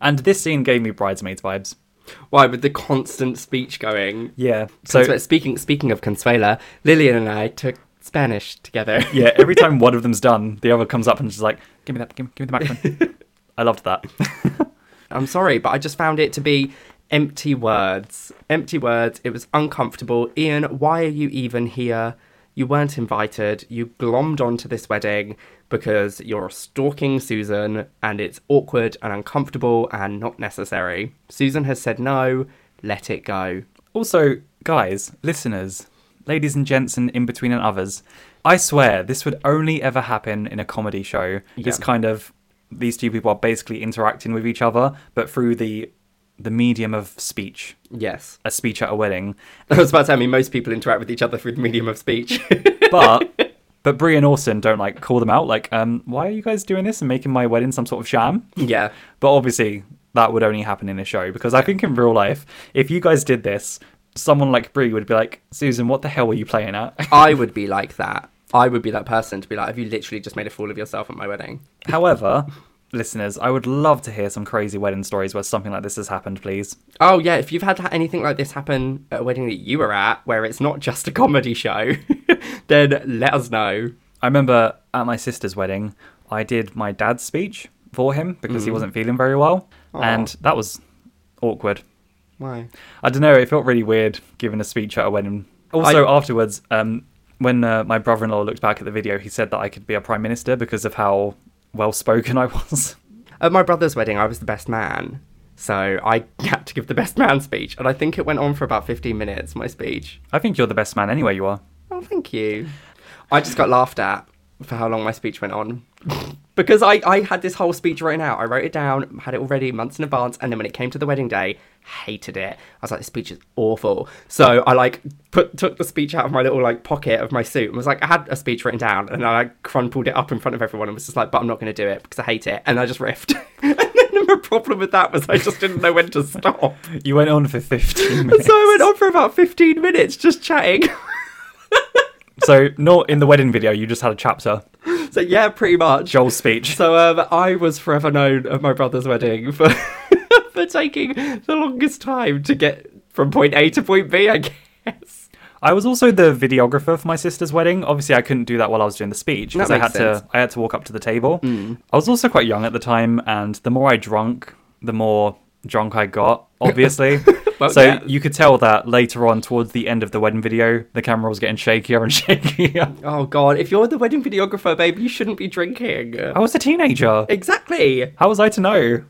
And this scene gave me bridesmaids vibes. Why, with the constant speech going. Yeah. So, speaking speaking of Consuela, Lillian and I took Spanish together. Yeah, every time one of them's done, the other comes up and is like, "Give me that, give me, give me the microphone." I loved that. I'm sorry, but I just found it to be empty words. Empty words. It was uncomfortable. Ian, why are you even here? You weren't invited. You glommed onto this wedding because you're stalking Susan and it's awkward and uncomfortable and not necessary. Susan has said no. Let it go. Also, guys, listeners, ladies and gents, and in between and others, I swear this would only ever happen in a comedy show. This Yeah. kind of these two people are basically interacting with each other, but through the the medium of speech, Yes. a speech at a wedding. I was about to say, I mean, most people interact with each other through the medium of speech. But But Brie and Orson don't like call them out, like, um, why are you guys doing this and making my wedding some sort of sham? Yeah. But obviously, that would only happen in a show because I think in real life, if you guys did this, someone like Brie would be like, Susan, what the hell were you playing at? I would be like that. I would be that person to be like, have you literally just made a fool of yourself at my wedding? However, listeners, I would love to hear some crazy wedding stories where something like this has happened, please. Oh, yeah, if you've had ha- anything like this happen at a wedding that you were at, where it's not just a comedy show, then let us know. I remember at my sister's wedding, I did my dad's speech for him because he wasn't feeling very well, and that was awkward. Why? I don't know. It felt really weird giving a speech at a wedding. Also, afterwards, um, when uh, my brother-in-law looked back at the video, he said that I could be a prime minister because of how well spoken I was. At my brother's wedding, I was the best man. So I had to give the best man speech, and I think it went on for about 15 minutes, my speech. I think you're the best man anyway. You are. Oh, thank you. I just got laughed at for how long my speech went on. because I, I had this whole speech written out. I wrote it down, had it already months in advance, and then when it came to the wedding day, hated it. I was like, this speech is awful. So I like put took the speech out of my little like pocket of my suit and was like, I had a speech written down, and I like crumpled it up in front of everyone and was just like, but I'm not gonna do it because I hate it. And I just riffed. and then the problem with that was I just didn't know when to stop. You went on for 15 And minutes. so I went on for about 15 minutes just chatting. so not in the wedding video. You just had a chapter. so yeah, pretty much. Joel's speech. So um, I was forever known at my brother's wedding for for taking the longest time to get from point A to point B. I guess. I was also the videographer for my sister's wedding. Obviously, I couldn't do that while I was doing the speech because That I had makes sense. Mm. to. I had to walk up to the table. I was also quite young at the time, and the more I drunk, the more drunk I got. Obviously, Well, so yeah. you could tell that later on, towards the end of the wedding video, the camera was getting shakier and shakier. Oh God! If you're the wedding videographer, babe, you shouldn't be drinking. I was a teenager. Exactly. How was I to know?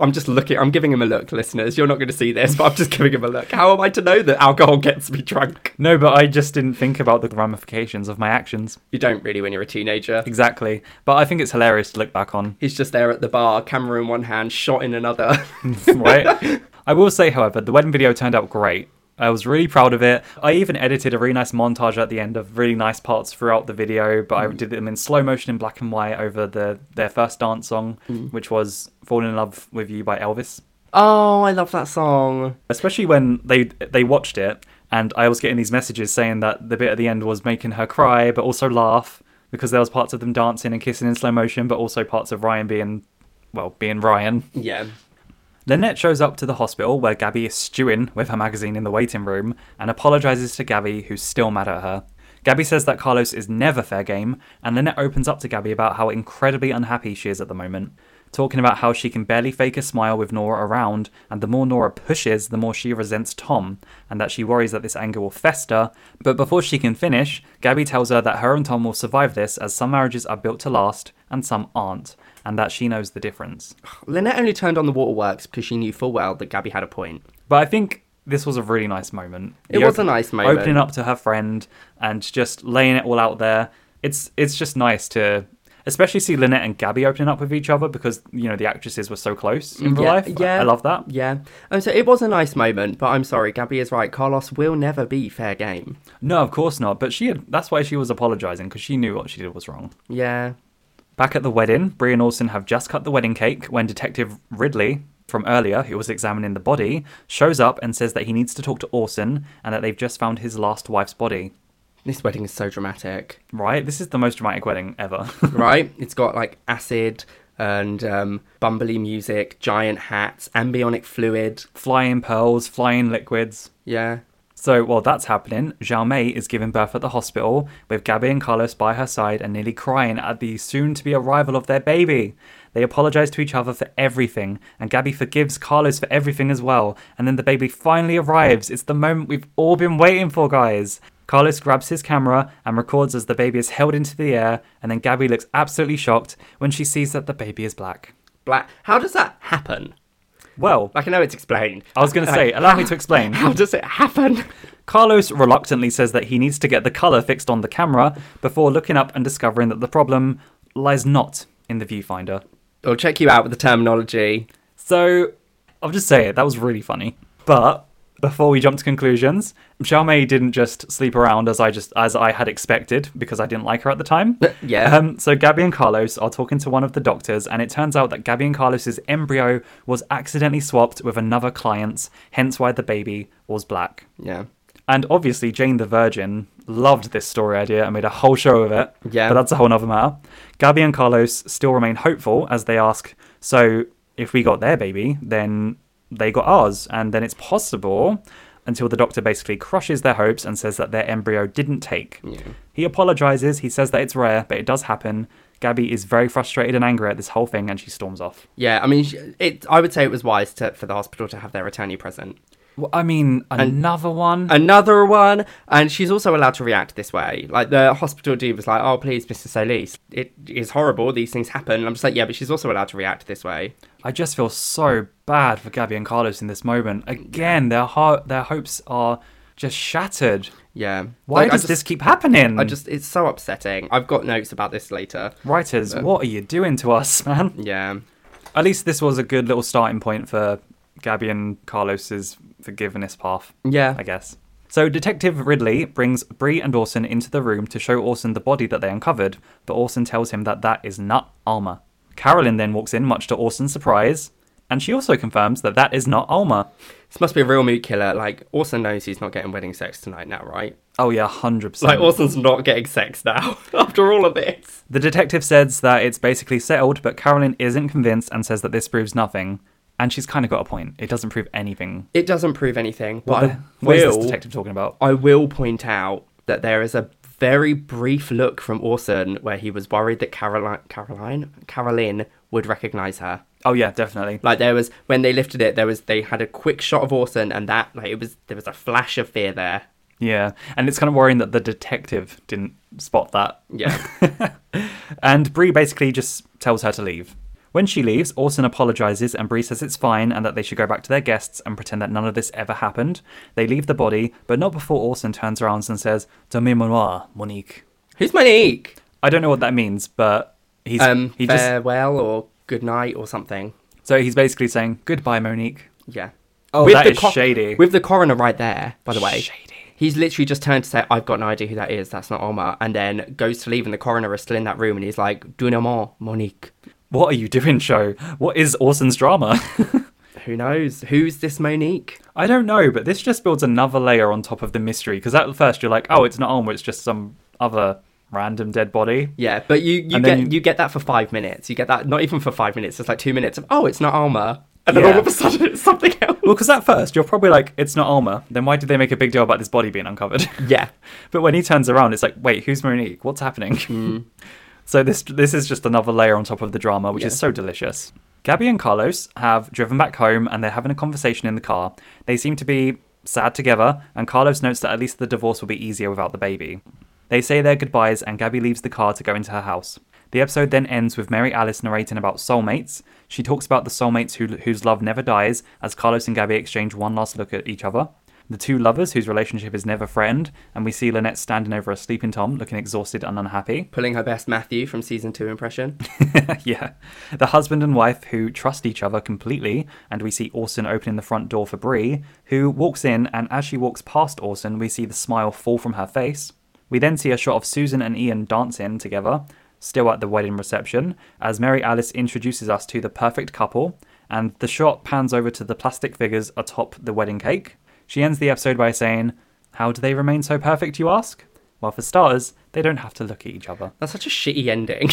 I'm just looking. I'm giving him a look, listeners. You're not going to see this, but I'm just giving him a look. How am I to know that alcohol gets me drunk? No, but I just didn't think about the ramifications of my actions. You don't really when you're a teenager. Exactly. But I think it's hilarious to look back on. He's just there at the bar, camera in one hand, shot in another. right? I will say, however, the wedding video turned out great. I was really proud of it. I even edited a really nice montage at the end of really nice parts throughout the video, but I did them in slow motion in black and white over the their first dance song, which was "Falling in Love with You" by Elvis. oh, I love that song. Especially when they they watched it, and I was getting these messages saying that the bit at the end was making her cry, but also laugh because there was parts of them dancing and kissing in slow motion, but also parts of Ryan being, well, being Ryan. Yeah. Lynette shows up to the hospital where Gabby is stewing with her magazine in the waiting room and apologizes to Gabby, who's still mad at her. Gabby says that Carlos is never fair game, and Lynette opens up to Gabby about how incredibly unhappy she is at the moment, talking about how she can barely fake a smile with Nora around, and the more Nora pushes, the more she resents Tom, and that she worries that this anger will fester. But before she can finish, Gabby tells her that her and Tom will survive this as some marriages are built to last and some aren't, and that she knows the difference. Lynette only turned on the waterworks because she knew full well that Gabby had a point. But I think this was a really nice moment. It The was a op- nice moment. Opening up to her friend and just laying it all out there. It's it's just nice to especially see Lynette and Gabby opening up with each other because, you know, the actresses were so close in real yeah, life. I- yeah. I love that. Yeah. And so it was a nice moment, but I'm sorry, Gabby is right. Carlos will never be fair game. No, of course not. But she had that's why she was apologizing because she knew what she did was wrong. Yeah. Back at the wedding, Brie and Orson have just cut the wedding cake when Detective Ridley from earlier, who was examining the body, shows up and says that he needs to talk to Orson and that they've just found his last wife's body. This wedding is so dramatic, Right? This is the most dramatic wedding ever. right? it's got like acid and um, bumbly music, giant hats, ambionic fluid. flying pearls, flying liquids. Yeah. So while that's happening, Xiaomei is giving birth at the hospital with Gabby and Carlos by her side and nearly crying at the soon to be arrival of their baby. They apologize to each other for everything, and Gabby forgives Carlos for everything as well. And then the baby finally arrives. It's the moment we've all been waiting for, guys. Carlos grabs his camera and records as the baby is held into the air, and then Gabby looks absolutely shocked when she sees that the baby is black. Black. How does that happen? Well, Like, I know it's explained. I was going to say, allow me to explain. How does it happen? Carlos reluctantly says that he needs to get the color fixed on the camera before looking up and discovering that the problem lies not in the viewfinder. I'll check you out with the terminology. So, I'll just say it, that was really funny. But Before we jump to conclusions, Xiaomei didn't just sleep around as I just as I had expected because I didn't like her at the time. Yeah. Um, so Gabby and Carlos are talking to one of the doctors, and it turns out that Gabby and Carlos's embryo was accidentally swapped with another client's, hence why the baby was black. Yeah. And obviously, Jane the Virgin loved this story idea and made a whole show of it. Yeah. But that's a whole nother matter. Gabby and Carlos still remain hopeful as they ask, so if we got their baby, then they got ours, and then it's possible until the doctor basically crushes their hopes and says that their embryo didn't take. He apologizes, he says that it's rare, but it does happen. Gabby is very frustrated and angry at this whole thing and she storms off. Yeah, I mean, sh- it. I would say it was wise to, for the hospital to have their attorney present. Well, I mean, another one. Another one, and she's also allowed to react this way. Like the hospital dude was like, "Oh, please, Mr. Solis, it is horrible. These things happen." And I'm just like, "Yeah, but she's also allowed to react this way." I just feel so bad for Gabby and Carlos in this moment. Again, their heart, their hopes are just shattered. Yeah. Why Like, I does just- this keep happening? I just. It's so upsetting. I've got notes about this later. writers, what are you doing to us, man? Yeah. At least this was a good little starting point for Gabby and Carlos's forgiveness path. Yeah. I guess. So Detective Ridley brings Bree and Orson into the room to show Orson the body that they uncovered, but Orson tells him that that is not Alma. Carolyn then walks in, much to Orson's surprise, and she also confirms that that is not Alma. This must be a real mood killer. Like, Orson knows he's not getting wedding sex tonight now, right? Oh yeah, hundred Like, percent. Orson's not getting sex now after all of this. The detective says that it's basically settled, but Carolyn isn't convinced and says that this proves nothing. And she's kind of got a point. It doesn't prove anything. It doesn't prove anything, but What, I the- what is this will- detective talking about? I will point out that there is a very brief look from Orson where he was worried that Caroline, Caroline, Caroline would recognize her. Oh yeah, definitely. Like there was when they lifted it, there was they had a quick shot of Orson, and that like it was there was a flash of fear there. Yeah, and it's kind of worrying that the detective didn't spot that. Yeah, And Bree basically just tells her to leave. When she leaves, Orson apologizes and Bree says it's fine and that they should go back to their guests and pretend that none of this ever happened. They leave the body, but not before Orson turns around and says, "De mémoire, Monique." who's Monique? I don't know what that means, but he's Um, he just farewell or good night or something. So he's basically saying goodbye, Monique. Yeah. Oh, With that the is co- shady. With the coroner right there, by the way. Shady. He's literally just turned to say, I've got no idea who that is. That's not Omar. And then goes to leave, and the coroner is still in that room, and he's like, Dunamon, Monique. What are you doing, show? What is Orson's drama? Who knows? Who's this Monique? I don't know, but this just builds another layer on top of the mystery because at first you're like, oh, it's not Alma, it's just some other random dead body. Yeah, but you, you And then get you- you... get that for five minutes. You get that not even for five minutes. It's like two minutes of oh, it's not Alma, and then Yeah. all of a sudden it's something else. Well, because at first you're probably like, it's not Alma, then why did they make a big deal about this body being uncovered? Yeah, but when he turns around, it's like, wait, who's Monique? What's happening? Hmm. so this this is just another layer on top of the drama, which is so delicious. Gabby and Carlos have driven back home and they're having a conversation in the car. They seem to be sad together, and Carlos notes that at least the divorce will be easier without the baby. They say their goodbyes, and Gabby leaves the car to go into her house. The episode then ends with Mary Alice narrating about soulmates. She talks about the soulmates who, whose love never dies as Carlos and Gabby exchange one last look at each other. The two lovers whose relationship is never threatened, and we see Lynette standing over a sleeping Tom looking exhausted and unhappy. pulling her best Matthew from season two impression. yeah. The husband and wife who trust each other completely, and we see Orson opening the front door for Bree, who walks in, and as she walks past Orson, we see the smile fall from her face. We then see a shot of Susan and Ian dancing together, still at the wedding reception, as Mary Alice introduces us to the perfect couple, and the shot pans over to the plastic figures atop the wedding cake. She ends the episode by saying, How do they remain so perfect, you ask? Well, for starters, they don't have to look at each other. That's such a shitty ending.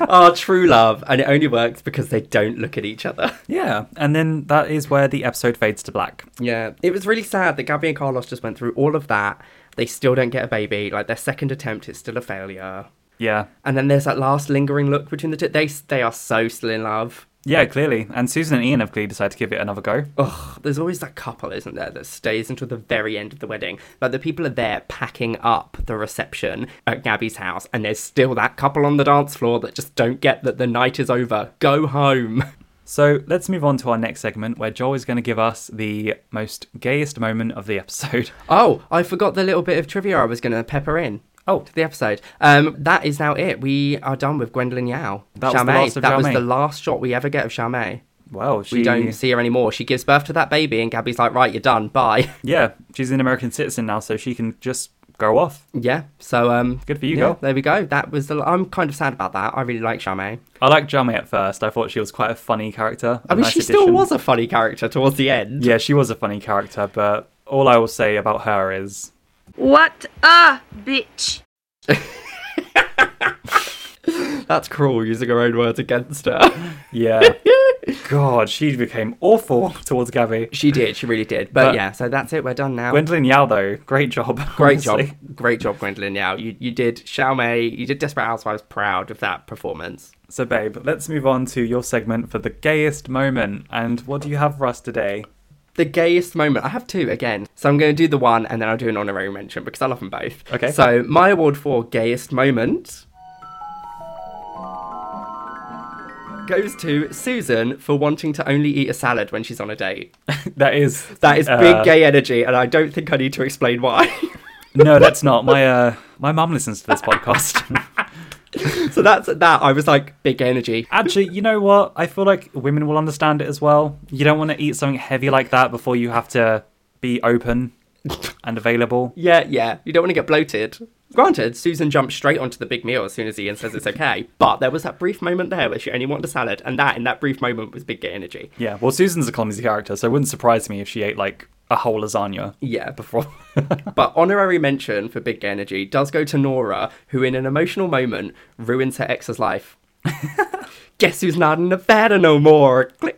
Our true love, and it only works because they don't look at each other. Yeah, and then that is where the episode fades to black. Yeah, it was really sad that Gabby and Carlos just went through all of that. They still don't get a baby. Like their second attempt is still a failure. Yeah. And then there's that last lingering look between the two. They they are so still in love. Yeah, clearly. And Susan and Ian have clearly decided to give it another go. Ugh, there's always that couple, isn't there, that stays until the very end of the wedding. Like the people are there packing up the reception at Gabby's house, and there's still that couple on the dance floor that just don't get that the night is over. Go home. So let's move on to our next segment where Joel is going to give us the most gayest moment of the episode. Oh, I forgot the little bit of trivia I was going to pepper in. Oh. to the episode. Um, that is now it. We are done with Gwendolyn Yao. That was the last of that was Xiaomei. the last shot we ever get of Xiaomei. Well, she We don't see her anymore. She gives birth to that baby, and Gabby's like, right, you're done. Bye. Yeah, she's an American citizen now, so she can just go off. yeah. So um, Good for you, yeah, girl. There we go. That was. The, I'm kind of sad about that. I really like Chame. I liked Jami at first. I thought she was quite a funny character. I a mean, nice she still addition. was a funny character towards the end. Yeah, she was a funny character, but all I will say about her is What a bitch. That's cruel using her own words against her. yeah. God, she became awful towards Gabby. she did. She really did. But, But- yeah. So that's it. We're done now. Gwendolyn Yao though, great job. Great job. honestly. Great job, Gwendolyn Yao. You you did Xiaomei, you did Desperate Housewives proud of that performance. So babe, let's move on to your segment for the gayest moment. And what do you have for us today? The gayest moment. I have two again. So I'm going to do the one and then I'll do an honorary mention because I love them both. Okay. So my award for gayest moment goes to Susan for wanting to only eat a salad when she's on a date. That is That is uh, big gay energy and I don't think I need to explain why. No, that's not. My uh my mum listens to this podcast. so that's that. I was like big energy. Actually, you know what? I feel like women will understand it as well. You don't want to eat something heavy like that before you have to be open and available. Yeah, yeah. You don't want to get bloated. Granted, Susan jumped straight onto the big meal as soon as Ian says it's okay. But there was that brief moment there where she only wanted a salad, and that in that brief moment was big gay energy. Yeah, well, Susan's a clumsy character, so it wouldn't surprise me if she ate like a whole lasagna. Yeah, before. but honorary mention for big gay energy does go to Nora, who in an emotional moment ruins her ex's life. Guess who's not in Nevada no more? Click.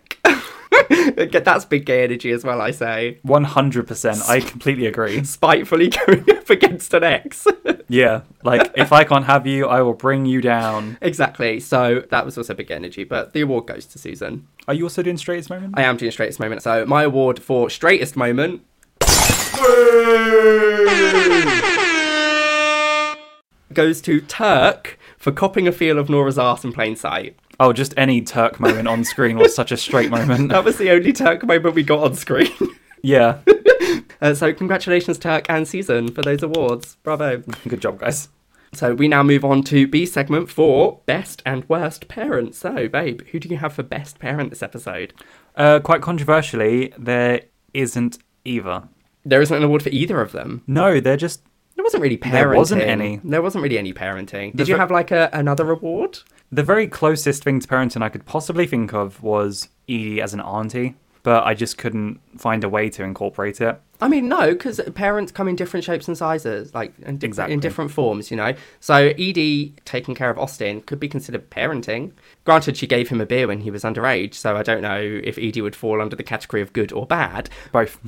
That's big gay energy as well, I say. 100%. I completely agree. Spitefully going up against an ex. Yeah, like if I can't have you, I will bring you down. exactly. So that was also big gay energy, but the award goes to Susan. Are you also doing straightest moment? I am doing straightest moment. So my award for straightest moment. goes to Turk for copping a feel of Nora's arse in plain sight. Oh, just any Turk moment on screen was such a straight moment. That was the only Turk moment we got on screen. Yeah, Uh, so congratulations, Turk and Susan, for those awards. Bravo. good job, guys. So we now move on to B segment for best and worst parents. So, babe, who do you have for best parent this episode? Uh, quite controversially, there isn't either. There isn't an award for either of them. No, they're just There wasn't really parenting. There wasn't any. There wasn't really any parenting. Did There's you ve- have like a, another award? The very closest thing to parenting I could possibly think of was Edie as an auntie, but I just couldn't find a way to incorporate it. I mean, no, because parents come in different shapes and sizes, like in, di- Exactly. in different forms, you know. So Edie taking care of Austin could be considered parenting. Granted, she gave him a beer when he was underage, so I don't know if Edie would fall under the category of good or bad. Both.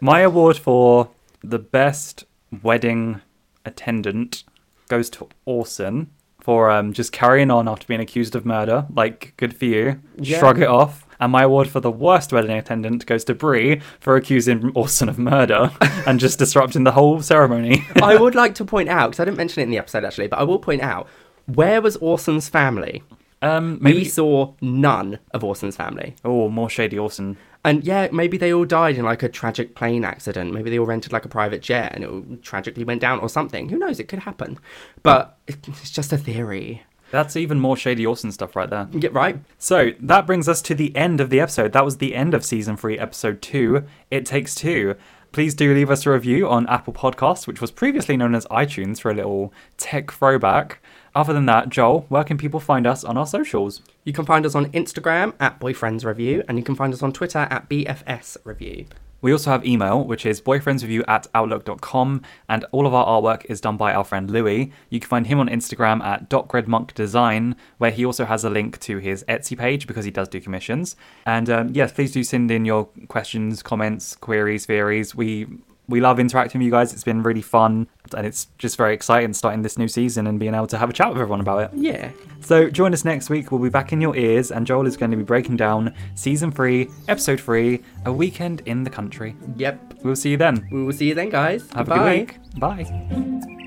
My award for the best wedding attendant goes to Orson for um, just carrying on after being accused of murder. Like, good for you. Yeah. Shrug it off. And my award for the worst wedding attendant goes to Brie for accusing Orson of murder and just disrupting the whole ceremony. I would like to point out because I didn't mention it in the episode actually, but I will point out where was Orson's family? um, We maybe. saw none of Orson's family. Oh, more shady Orson. And yeah, maybe they all died in like a tragic plane accident. Maybe they all rented like a private jet and it all tragically went down or something. Who knows? It could happen. But it- it's just a theory. That's even more shady Orson stuff right there. Yeah, right? So that brings us to the end of the episode. That was the end of season three, episode two. It takes two. Please do leave us a review on Apple Podcasts, which was previously known as iTunes, for a little tech throwback. Other than that, Joel, where can people find us on our socials? You can find us on Instagram at Boyfriends Review and you can find us on Twitter at BFS Review. We also have email, which is boyfriendsreview at outlook.com, and all of our artwork is done by our friend Louis. You can find him on Instagram at dotgridmonkdesign, where he also has a link to his Etsy page because he does do commissions. And um, yes, please do send in your questions, comments, queries, theories. We we love interacting with you guys. It's been really fun, and it's just very exciting starting this new season and being able to have a chat with everyone about it. Yeah. So join us next week. We'll be back in your ears, and Joel is going to be breaking down season three, episode three, a weekend in the country. Yep. We'll see you then. We will see you then, guys. Have Goodbye. a good week. Bye.